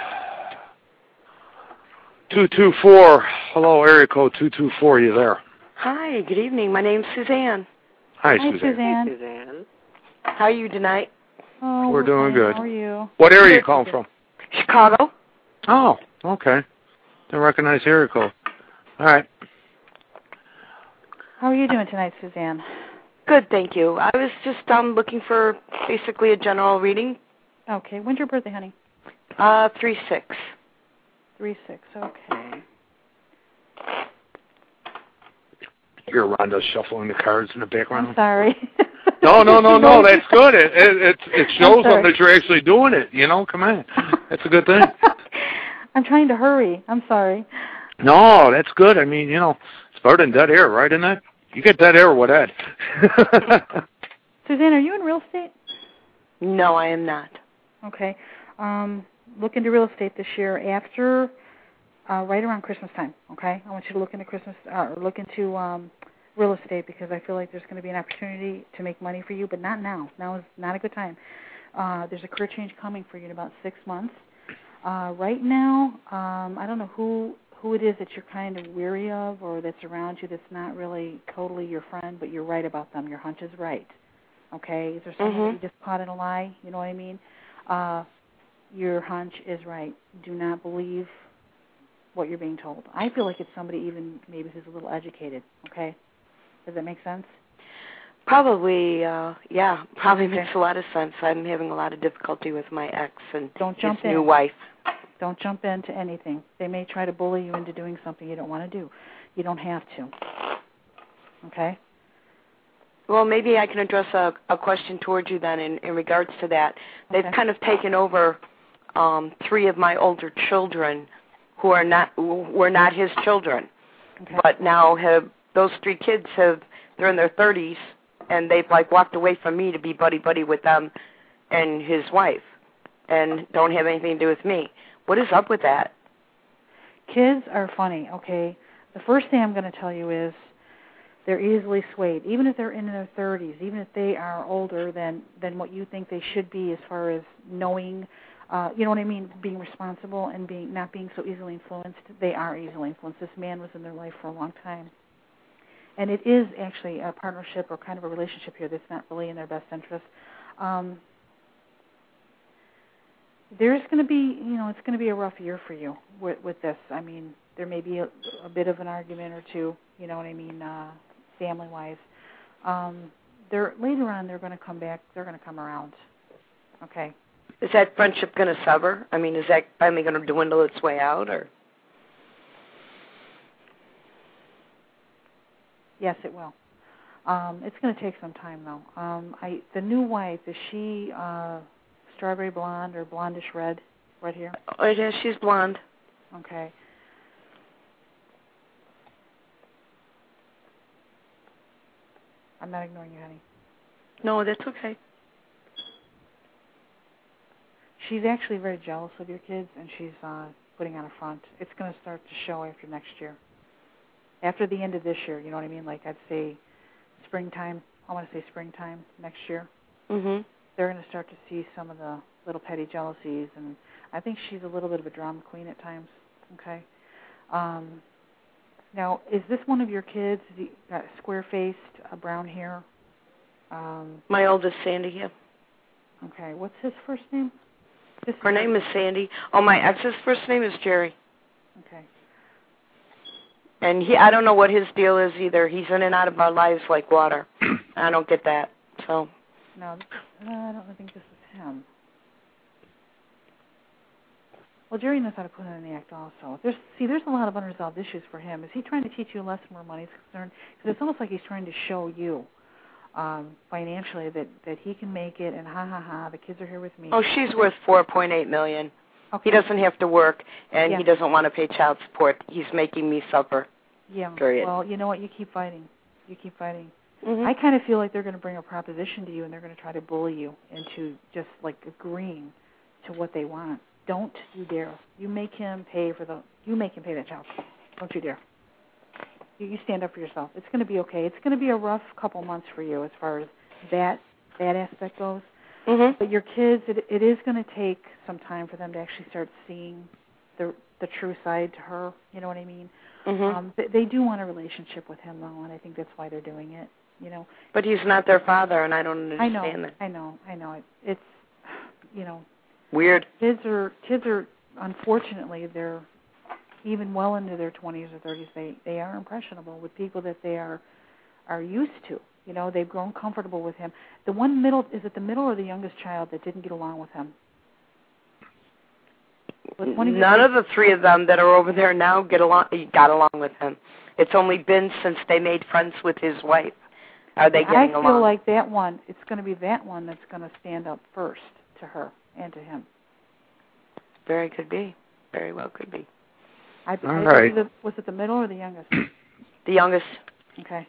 two two four. Hello, area code two two four. You there?
Hi, good evening. My name's Suzanne.
Hi,
*laughs* Hi,
Suzanne.
Hey,
Suzanne.
Suzanne.
How are you tonight?
Oh,
We're doing
fine.
good.
How are you?
What area you calling from?
Chicago.
Oh, okay. Didn't recognize the area code. All right.
How are you doing tonight, Suzanne?
Good, thank you. I was just um looking for basically a general reading.
Okay. When's your birthday, honey?
Uh three six.
Three six. Okay.
Hear Rhonda shuffling the cards in the background.
I'm sorry.
*laughs* No, no, no, *laughs* no.
*laughs*
That's good. It it it, it shows them that you're actually doing it. You know, come on, that's a good thing.
*laughs* I'm trying to hurry. I'm sorry.
No, that's good. I mean, you know, it's better than dead air, right? Isn't it? You get dead air with that.
Suzanne, are you in real estate?
No, I am not.
Okay. Um, look into real estate this year after uh, right around Christmas time. Okay, I want you to look into Christmas uh, or look into um, real estate because I feel like there's going to be an opportunity to make money for you, but not now. Now is not a good time. Uh, there's a career change coming for you in about six months. Uh, right now, um, I don't know who who it is that you're kind of weary of or that's around you that's not really totally your friend, but you're right about them. Your hunch is right. Okay, is there someone
Mhm.
that you just caught in a lie? You know what I mean? Uh, your hunch is right. Do not believe what you're being told. I feel like it's somebody even maybe who's a little educated. Okay, does that make sense?
Probably uh yeah, probably
Okay.
makes a lot of sense. I'm having a lot of difficulty with my ex and
Don't
his
jump in.
new wife.
Don't jump into anything. They may try to bully you into doing something you don't want to do. You don't have to. Okay.
Well, maybe I can address a, a question towards you then in, in regards to that. They've
Okay.
kind of taken over um, three of my older children who are not who were not his children,
Okay.
but now have those three kids have they're in their 30s and they've like walked away from me to be buddy buddy with them and his wife and don't have anything to do with me. What is up with that?
Kids are funny, okay? The first thing I'm going to tell you is they're easily swayed, even if they're in their 30s, even if they are older than than what you think they should be as far as knowing, uh, you know what I mean, being responsible and being not being so easily influenced. They are easily influenced. This man was in their life for a long time, and it is actually a partnership or kind of a relationship here that's not really in their best interest. Um, there's going to be, you know, it's going to be a rough year for you with, with this. I mean, there may be a, a bit of an argument or two. You know what I mean? Uh, family wise. Um, they're later on they're going to come back. They're going to come around. Okay.
Is that friendship going to sever? I mean, is that finally going to dwindle its way out, or
Yes, it will. Um, it's going to take some time though. Um, I the new wife is she uh, strawberry blonde or blondish red? Right here.
oh, yeah, she's blonde?
Okay. I'm not ignoring you, honey.
No, that's okay.
She's actually very jealous of your kids, and she's uh, putting on a front. It's going to start to show after next year. After the end of this year, you know what I mean? Like I'd say springtime. I want to say springtime next year.
Mhm.
They're going to start to see some of the little petty jealousies, and I think she's a little bit of a drama queen at times. Okay. Um, now, is this one of your kids? Is he got square-faced, uh, brown hair? Um,
My oldest Sandy. Yeah.
okay. What's his first name? This
Her name is Sandy. Oh, my ex's first name is Jerry.
Okay.
And he I don't know what his deal is either. He's in and out of our lives like *clears throat* water. I don't get that. So
No, uh, I don't think this is him. Well, Jerry knows how to put in the act also. There's see, there's a lot of unresolved issues for him. Is he trying to teach you a lesson where money's concerned? Because it's almost like he's trying to show you um, financially that that he can make it, and ha ha ha, the kids are here with me.
Oh, she's worth 4.8 million.
okay.
He doesn't have to work and
Yeah.
he doesn't want to pay child support. He's making me suffer.
Yeah.
period.
Well, you know what? You keep fighting. You keep fighting.
Mm-hmm.
I kind of feel like they're going to bring a proposition to you and they're going to try to bully you into just like agreeing to what they want. Don't you dare. You make him pay for the you make him pay that child. Don't you dare. You, you stand up for yourself. It's going to be okay. It's going to be a rough couple months for you as far as that that aspect goes.
Mhm.
But your kids, it, it is going to take some time for them to actually start seeing the the true side to her. You know what I mean?
Mhm.
Um, they, they do want a relationship with him though, and I think that's why they're doing it. You know,
but he's not their father and I don't
I
understand
know,
that.
I know, I know. It, it's you know,
Weird.
kids are kids are unfortunately they're even well into their 20s or 30s. They they are impressionable with people that they are are used to. You know, they've grown comfortable with him. The one middle is it the middle or the youngest child that didn't get along with him? Was one of your
None
kids-
of the three of them that are over there now get along got along with him. It's only been since they made friends with his wife. Are they getting
I feel
along?
like that one. It's going to be that one that's going to stand up first to her and to him.
Very could be. Very well could be.
I, I
All
believe
right.
it- was it the middle or the youngest?
The youngest
Okay.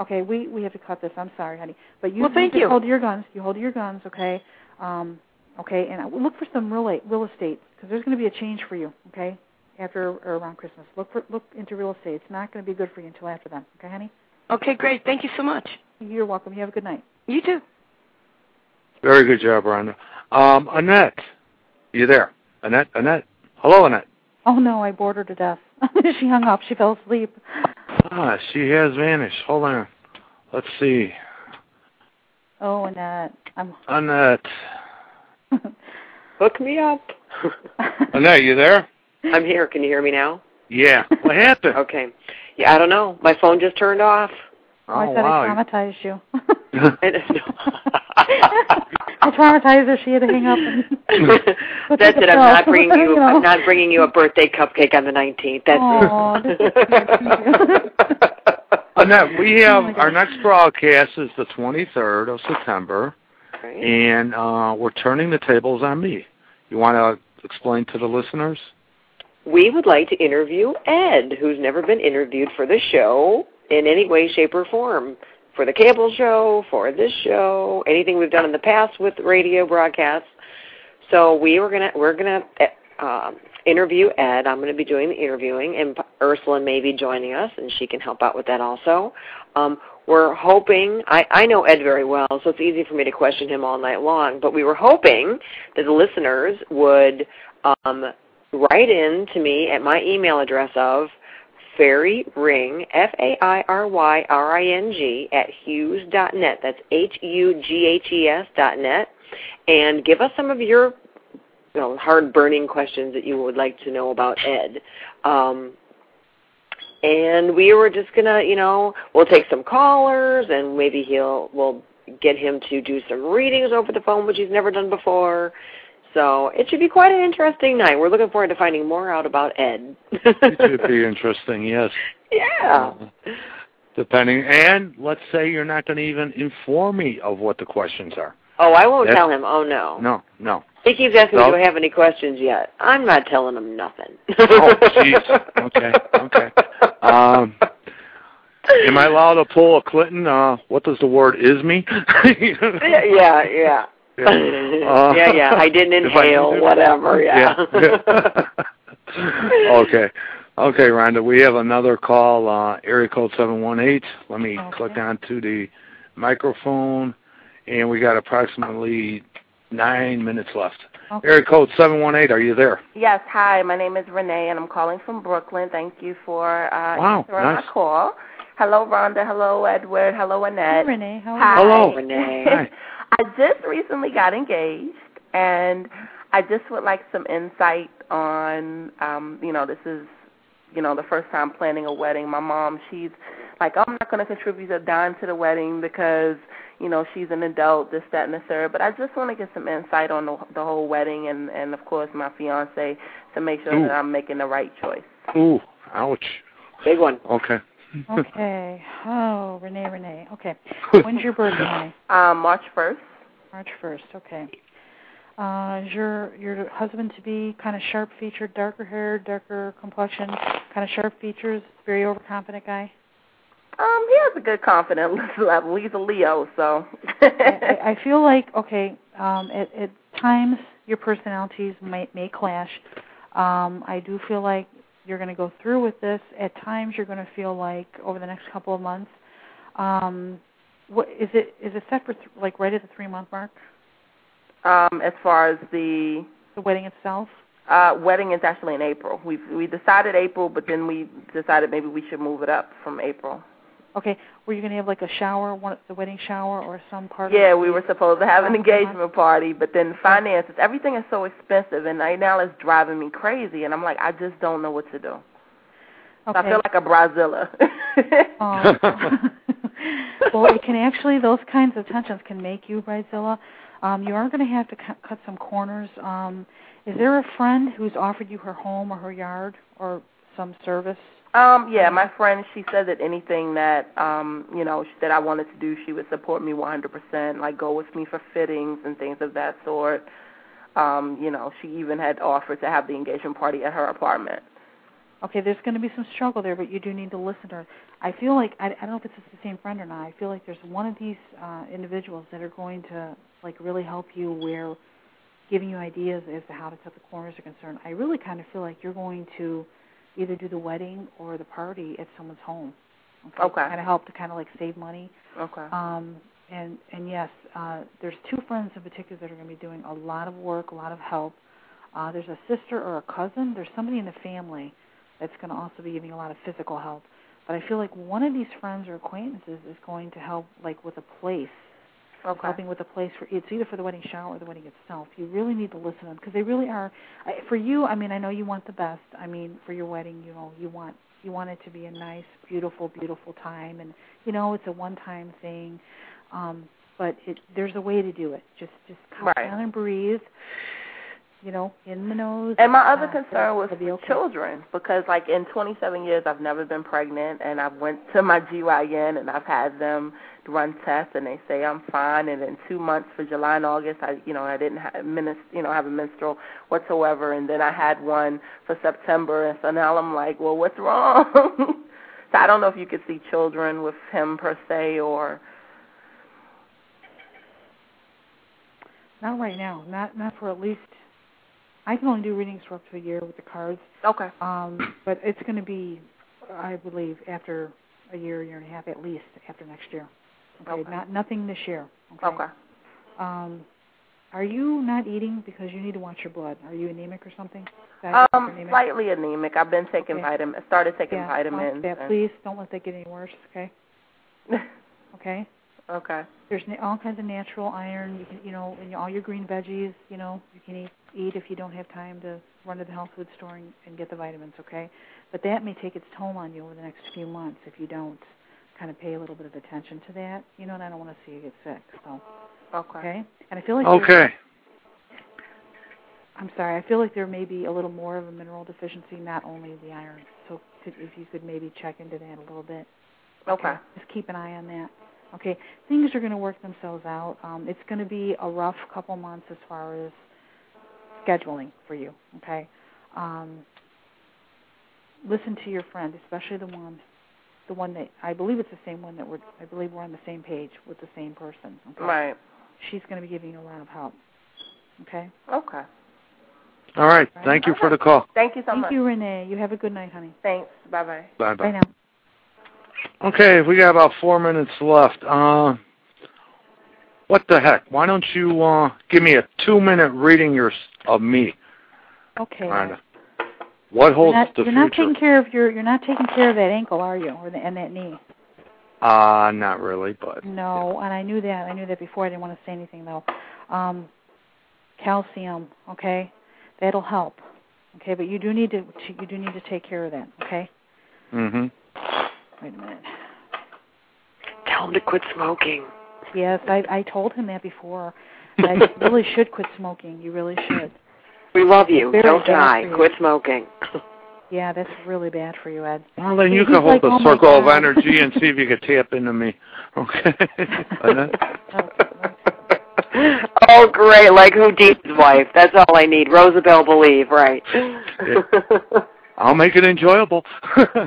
Okay, we we have to cut this. I'm sorry, honey. But you
Well,
you
thank
just
you.
hold your guns. You hold your guns, okay? Um, okay, and I, look for some real real estate because there's going to be a change for you, okay? After or around Christmas, look for look into real estate. It's not going to be good for you until after then, okay, honey?
Okay, great. Thank you so much.
You're welcome. You have a good night.
You too.
*laughs* Very good job, Rhonda. Um, Annette, you there? Annette, Annette. Hello, Annette.
Oh no, I bored her to death. *laughs* she hung up. She fell asleep.
Ah, she has vanished. Hold on. Let's see.
Oh, and uh, I'm. *laughs*
Annette.
Hook me up. *laughs*
Annette, you there?
I'm here. Can you hear me now?
Yeah. What
*laughs*
happened?
Okay. Yeah, I don't know. My phone just turned off. *laughs*
I
Oh,
said I
wow.
traumatized you. *laughs*
I
I traumatized her. She had to hang up.
*laughs*
And,
*laughs*
*laughs*
That's it. I'm not
Well, *laughs*
bringing you.
you know.
I'm not bringing you a birthday cupcake on the 19th. That's
Aw, this is cute. *laughs*
it.
*laughs*
*laughs*
Annette, we have
Oh, my gosh.
our next broadcast is the 23rd of September,
Right.
and uh, we're turning the tables on me. You want to explain to the listeners?
We would like to interview Ed, who's never been interviewed for the show in any way, shape, or form. for the cable show, for this show, anything we've done in the past with radio broadcasts. So we were gonna we're gonna uh, interview Ed. I'm gonna be doing the interviewing, and Ursula may be joining us, and she can help out with that also. Um, we're hoping I, I know Ed very well, so it's easy for me to question him all night long. But we were hoping that the listeners would um, write in to me at my email address of Fairy Ring, F A I R Y R I N G, at Hughes dot net. That's H U G H E S dot net. And give us some of your you know, hard burning questions that you would like to know about Ed. Um, and we were just gonna, you know, we'll take some callers and maybe he'll we'll get him to do some readings over the phone, which he's never done before. So it should be quite an interesting night. We're looking forward to finding more out about Ed.
it should be interesting, yes.
Yeah.
Uh, depending, and let's say you're not going to even inform me of what the questions are.
Oh, I won't
That's-
tell him. Oh no.
No, no.
He keeps asking
No.
me, "Do I have any questions yet?" I'm not telling him nothing.
Oh,
*laughs*
jeez. Okay, okay. Um, am I allowed to pull a Clinton? Uh, what does the word is mean? *laughs*
Yeah, yeah, yeah.
Yeah. Uh,
*laughs* yeah, yeah. I didn't
*laughs* if I
inhale.
need to.
whatever. Yeah.
Yeah. *laughs* okay. Okay, Rhonda, we have another call, uh, area code 718. Let me
Okay.
click onto the microphone, and we got approximately nine minutes left.
Okay.
Area code 718, are you there?
Yes, hi. My name is Renee, and I'm calling from Brooklyn. Thank you for uh,
Wow,
answering
nice.
my call. Hello, Rhonda. Hello, Edward. Hello,
Hey,
Annette.
Renee, how
Hi.
are
Hello.
*laughs* Renee.
Hi.
I just recently got engaged, and I just would like some insight on, um, you know, this is, you know, the first time planning a wedding. My mom, she's like, I'm not going to contribute a dime to the wedding because, you know, she's an adult, this, that, and the third. But I just want to get some insight on the, the whole wedding and, and, of course, my fiance to make sure
Ooh.
that I'm making the right choice.
Ooh, ouch.
Big one.
Okay.
you? Okay. Oh, Renee, Renee.
*laughs*
Okay. When's your birthday?
*laughs*
Renee?
Um, March 1st.
March 1st. Okay. Uh, is your your husband to be kind of sharp featured, darker hair, darker complexion, kind of sharp features, very overconfident guy?
Um, he has a good confidence *laughs* level. He's a Leo, so. *laughs*
I, I- I feel like okay. Um, at, at times your personalities might may clash. Um, I do feel like you're going to go through with this. At times you're going to feel like over the next couple of months. Um, what is it? Is it set for th- like right at the three month mark?
um, as far as the
The wedding itself.
Uh, wedding is actually in April. We we decided April, but then we decided maybe we should move it up from April.
Okay. Were you going to have like a shower, one the wedding shower, or some part? of
Yeah,
it?
we were supposed to have an
Uh-huh.
engagement party, but then finances, everything is so expensive, and right now it's driving me crazy. And I'm like, I just don't know what to do. So
Okay.
I feel like a *laughs* Brazilla.
Um, well, it can actually those kinds of tensions can make you bridezilla. Um, you are going to have to cut, cut some corners. Um, is there a friend who's offered you her home or her yard or some service?
um, yeah, my friend, she said that anything that um, you know that I wanted to do, she would support me 100%. Like go with me for fittings and things of that sort. Um, you know, she even had offered to have the engagement party at her apartment.
Okay, there's going to be some struggle there, but you do need to listen to her. I feel like I, I don't know if it's the same friend or not. I feel like there's one of these uh, individuals that are going to like really help you where giving you ideas as to how to cut the corners are concerned. I really kind of feel like you're going to either do the wedding or the party at someone's home.
Okay.
Kind of help to kind of like save money.
Okay.
Um, and and yes, uh, there's two friends in particular that are going to be doing a lot of work, a lot of help. Uh, there's a sister or a cousin. There's somebody in the family that's going to also be giving a lot of physical help. But I feel like one of these friends or acquaintances is going to help, like with a place,
Okay.
helping with a place for it's either for the wedding shower or the wedding itself. You really need to listen to them because they really are. I, for you, I mean, I know you want the best. I mean, for your wedding, you know, you want you want it to be a nice, beautiful, beautiful time, and you know, it's a one-time thing. Um, but it, there's a way to do it. Just just calm
Right.
down and breathe. You know, in the nose.
And my other
Uh,
concern was
it'll be okay.
children because, like, in 27 years, I've never been pregnant, and I've went to my GYN and I've had them run tests, and they say I'm fine. And in two months for July and August, I, you know, I didn't have minist, you know, have a menstrual whatsoever, and then I had one for September, and so now I'm like, well, what's wrong? *laughs* So I don't know if you could see children with him per se or
Not right now. Not not for at least. I can only do readings for up to a year with the cards.
Okay.
Um, but it's going to be, I believe, after a year, year and a half at least, after next year. Okay. Not nothing this year. Okay.
Okay.
Um, are you not eating because you need to watch your blood? Are you anemic or something? Diabetic or
Um,
anemic?
slightly anemic. I've been taking
Okay.
vitamin started taking
yeah, watch
vitamins.
That,
and-
please don't let that get any worse.
*laughs*
Okay. Okay.
okay.
There's na- all kinds of natural iron. You can, you know, in all your green veggies. You know, you can eat, eat if you don't have time to run to the health food store and, and get the vitamins. Okay, but that may take its toll on you over the next few months if you don't kind of pay a little bit of attention to that. You know, and I don't want to see you get sick. So
okay.
And I feel like there's-
Okay.
I'm sorry. I feel like there may be a little more of a mineral deficiency, not only the iron. So could, if you could maybe check into that a little bit.
Okay.
Just keep an eye on that. Okay. Things are going to work themselves out. Um, it's going to be a rough couple months as far as scheduling for you. Okay. Um, listen to your friend, especially the one, the one that I believe it's the same one that we're. I believe we're on the same page with the same person. Okay.
Right.
She's going to be giving you a lot of help. Okay.
Okay.
All right. Thank you for the call.
Thank you so
Thank
much.
you, Renee. You have a good night, honey.
Thanks. Bye bye.
Bye bye.
Bye now.
Okay, we got about four minutes left. Uh, what the heck? Why don't you uh, give me a two-minute reading your, of me?
Okay.
Kinda. What
You're
holds
not,
the
you're not
future?
taking care of your. You're not taking care of that ankle, are you, or the, and that knee?
uh, not really, but
No, and I knew that. I knew that before. I didn't want to say anything though. Um, calcium, okay, that'll help. Okay, but you do need to. to- You do need to take care of that. Okay.
hmm
Wait a minute.
Tell him to quit smoking.
Yes, I I told him that before.
*laughs*
I really should quit smoking. You really should.
We love you.
Very
Don't
bad
die.
for you.
Quit smoking. *laughs*
Yeah, that's really bad for you, Ed.
Well, then you
He's
can hold
like,
the
"Oh my
circle of
God."
energy and see if you can tap into me. *laughs* Okay. And then-
*laughs*
oh, great. Like Houdini's wife. That's all I need. Rosabelle Believe, right.
I'll make it enjoyable. *laughs*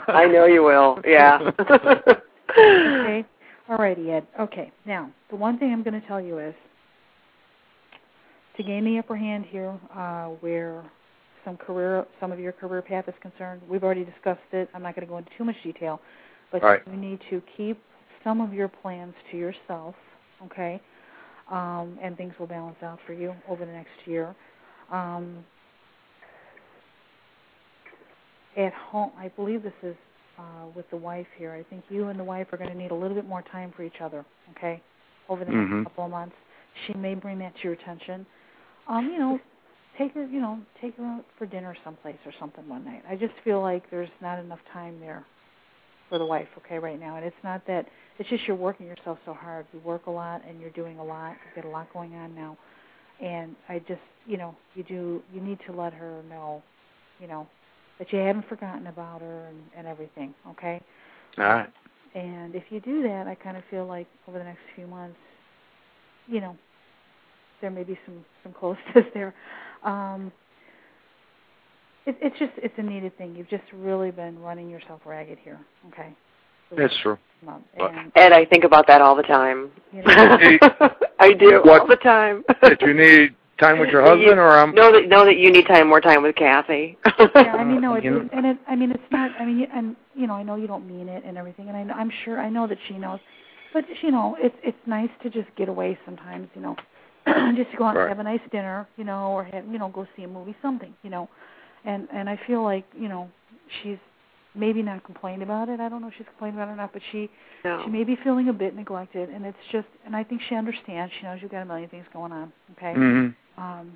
I know you will.
*laughs*
Yeah.
okay. All righty, Ed. Okay. Now, the one thing I'm going to tell you is to gain the upper hand here, uh, where some career, some of your career path is concerned. We've already discussed it. I'm not going to go into too much detail, but
Right.
you need to keep some of your plans to yourself. Okay. Um, and things will balance out for you over the next year. Um, at home, I believe this is uh, with the wife here. I think you and the wife are going to need a little bit more time for each other, okay, over the
Mhm.
next couple of months. She may bring that to your attention. Um, you know, take her, you know, take her out for dinner someplace or something one night. I just feel like there's not enough time there for the wife, okay, right now. And it's not that it's just you're working yourself so hard. You work a lot and you're doing a lot. You've got a lot going on now. And I just, you know, you do you need to let her know, you know, that you haven't forgotten about her and, and everything, okay?
All right.
And if you do that, I kind of feel like over the next few months, you know, there may be some some closeness *laughs* there. Um, it, it's just it's a needed thing. You've just really been running yourself ragged here. Okay.
That's true.
Mom.
But-
And,
Ed, I think about that all the time.
you
*laughs*
know,
I do
What-
all the time.
Did you need time
*laughs*
with your husband, or I'm
*laughs* know that know that you need time more time with Kathy.
yeah,
*laughs*
I mean, no, it,
You know-
it, and it, I mean, it's not. I mean, you- and you know, I know you don't mean it and everything, and I, I'm sure I know that she knows, but you know, it's it's nice to just get away sometimes, you know, *clears throat* just go out
Right.
and have a nice dinner, you know, or have, you know, go see a movie, something, you know, and and I feel like you know, she's maybe not complained about it. I don't know if she's complained about it or not, but she she
no.
may be feeling a bit neglected, and it's just, and I think she understands. She knows you've got a million things going on. Okay.
Mhm.
Um,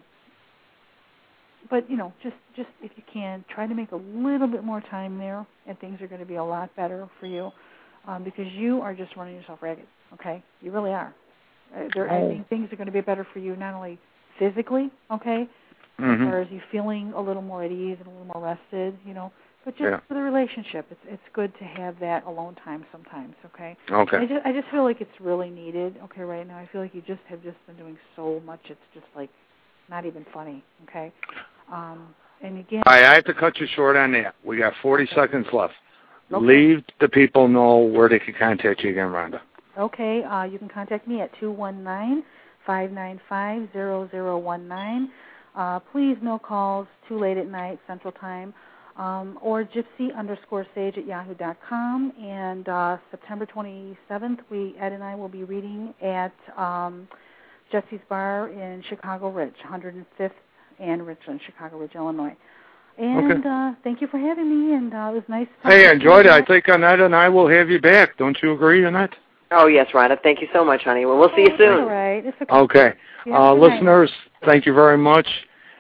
but you know, just just if you can, try to make a little bit more time there, and things are going to be a lot better for you, um, because you are just running yourself ragged. Okay, you really are. Uh, there, I think things are going to be better for you, not only physically, okay,
Mhm.
or is you feeling a little more at ease and a little more rested, you know, but just
Yeah.
for the relationship, it's it's good to have that alone time sometimes. Okay. I
Okay.
just I just feel like it's really needed. Okay, right now I feel like you just have just been doing so much. It's just like not even funny. Okay. Um, and again,
All right, I have to cut you short on that. We got 40 seconds left.
Okay.
Leave the people know where they can contact you again, Rhonda.
Okay, uh, you can contact me at 219-595-0019. Uh, please, no calls too late at night, Central Time, um, or gypsy underscore sage at yahoo dot com. And uh, September 27th, we Ed and I will be reading at um, Jesse's Bar in Chicago Ridge, 105th and Richland, Chicago Ridge, Illinois. And
Okay.
uh, thank you for having me, and uh, it was nice.
Hey, I
talking to
enjoyed it.
you.
I think Annette and I will have you back. Don't you agree, Annette?
Oh yes, Rhonda. Thank you so much, honey. Well, we'll see you
It's All
soon.
right. It's okay.
Okay.
You have
Uh,
a good night.
listeners, thank you very much.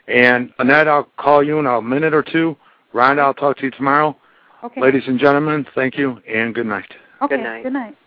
And Annette, I'll call you in a minute or two. Rhonda, I'll talk to you tomorrow.
Okay.
Ladies and gentlemen, thank you and good night.
Okay.
Good night.
Good night.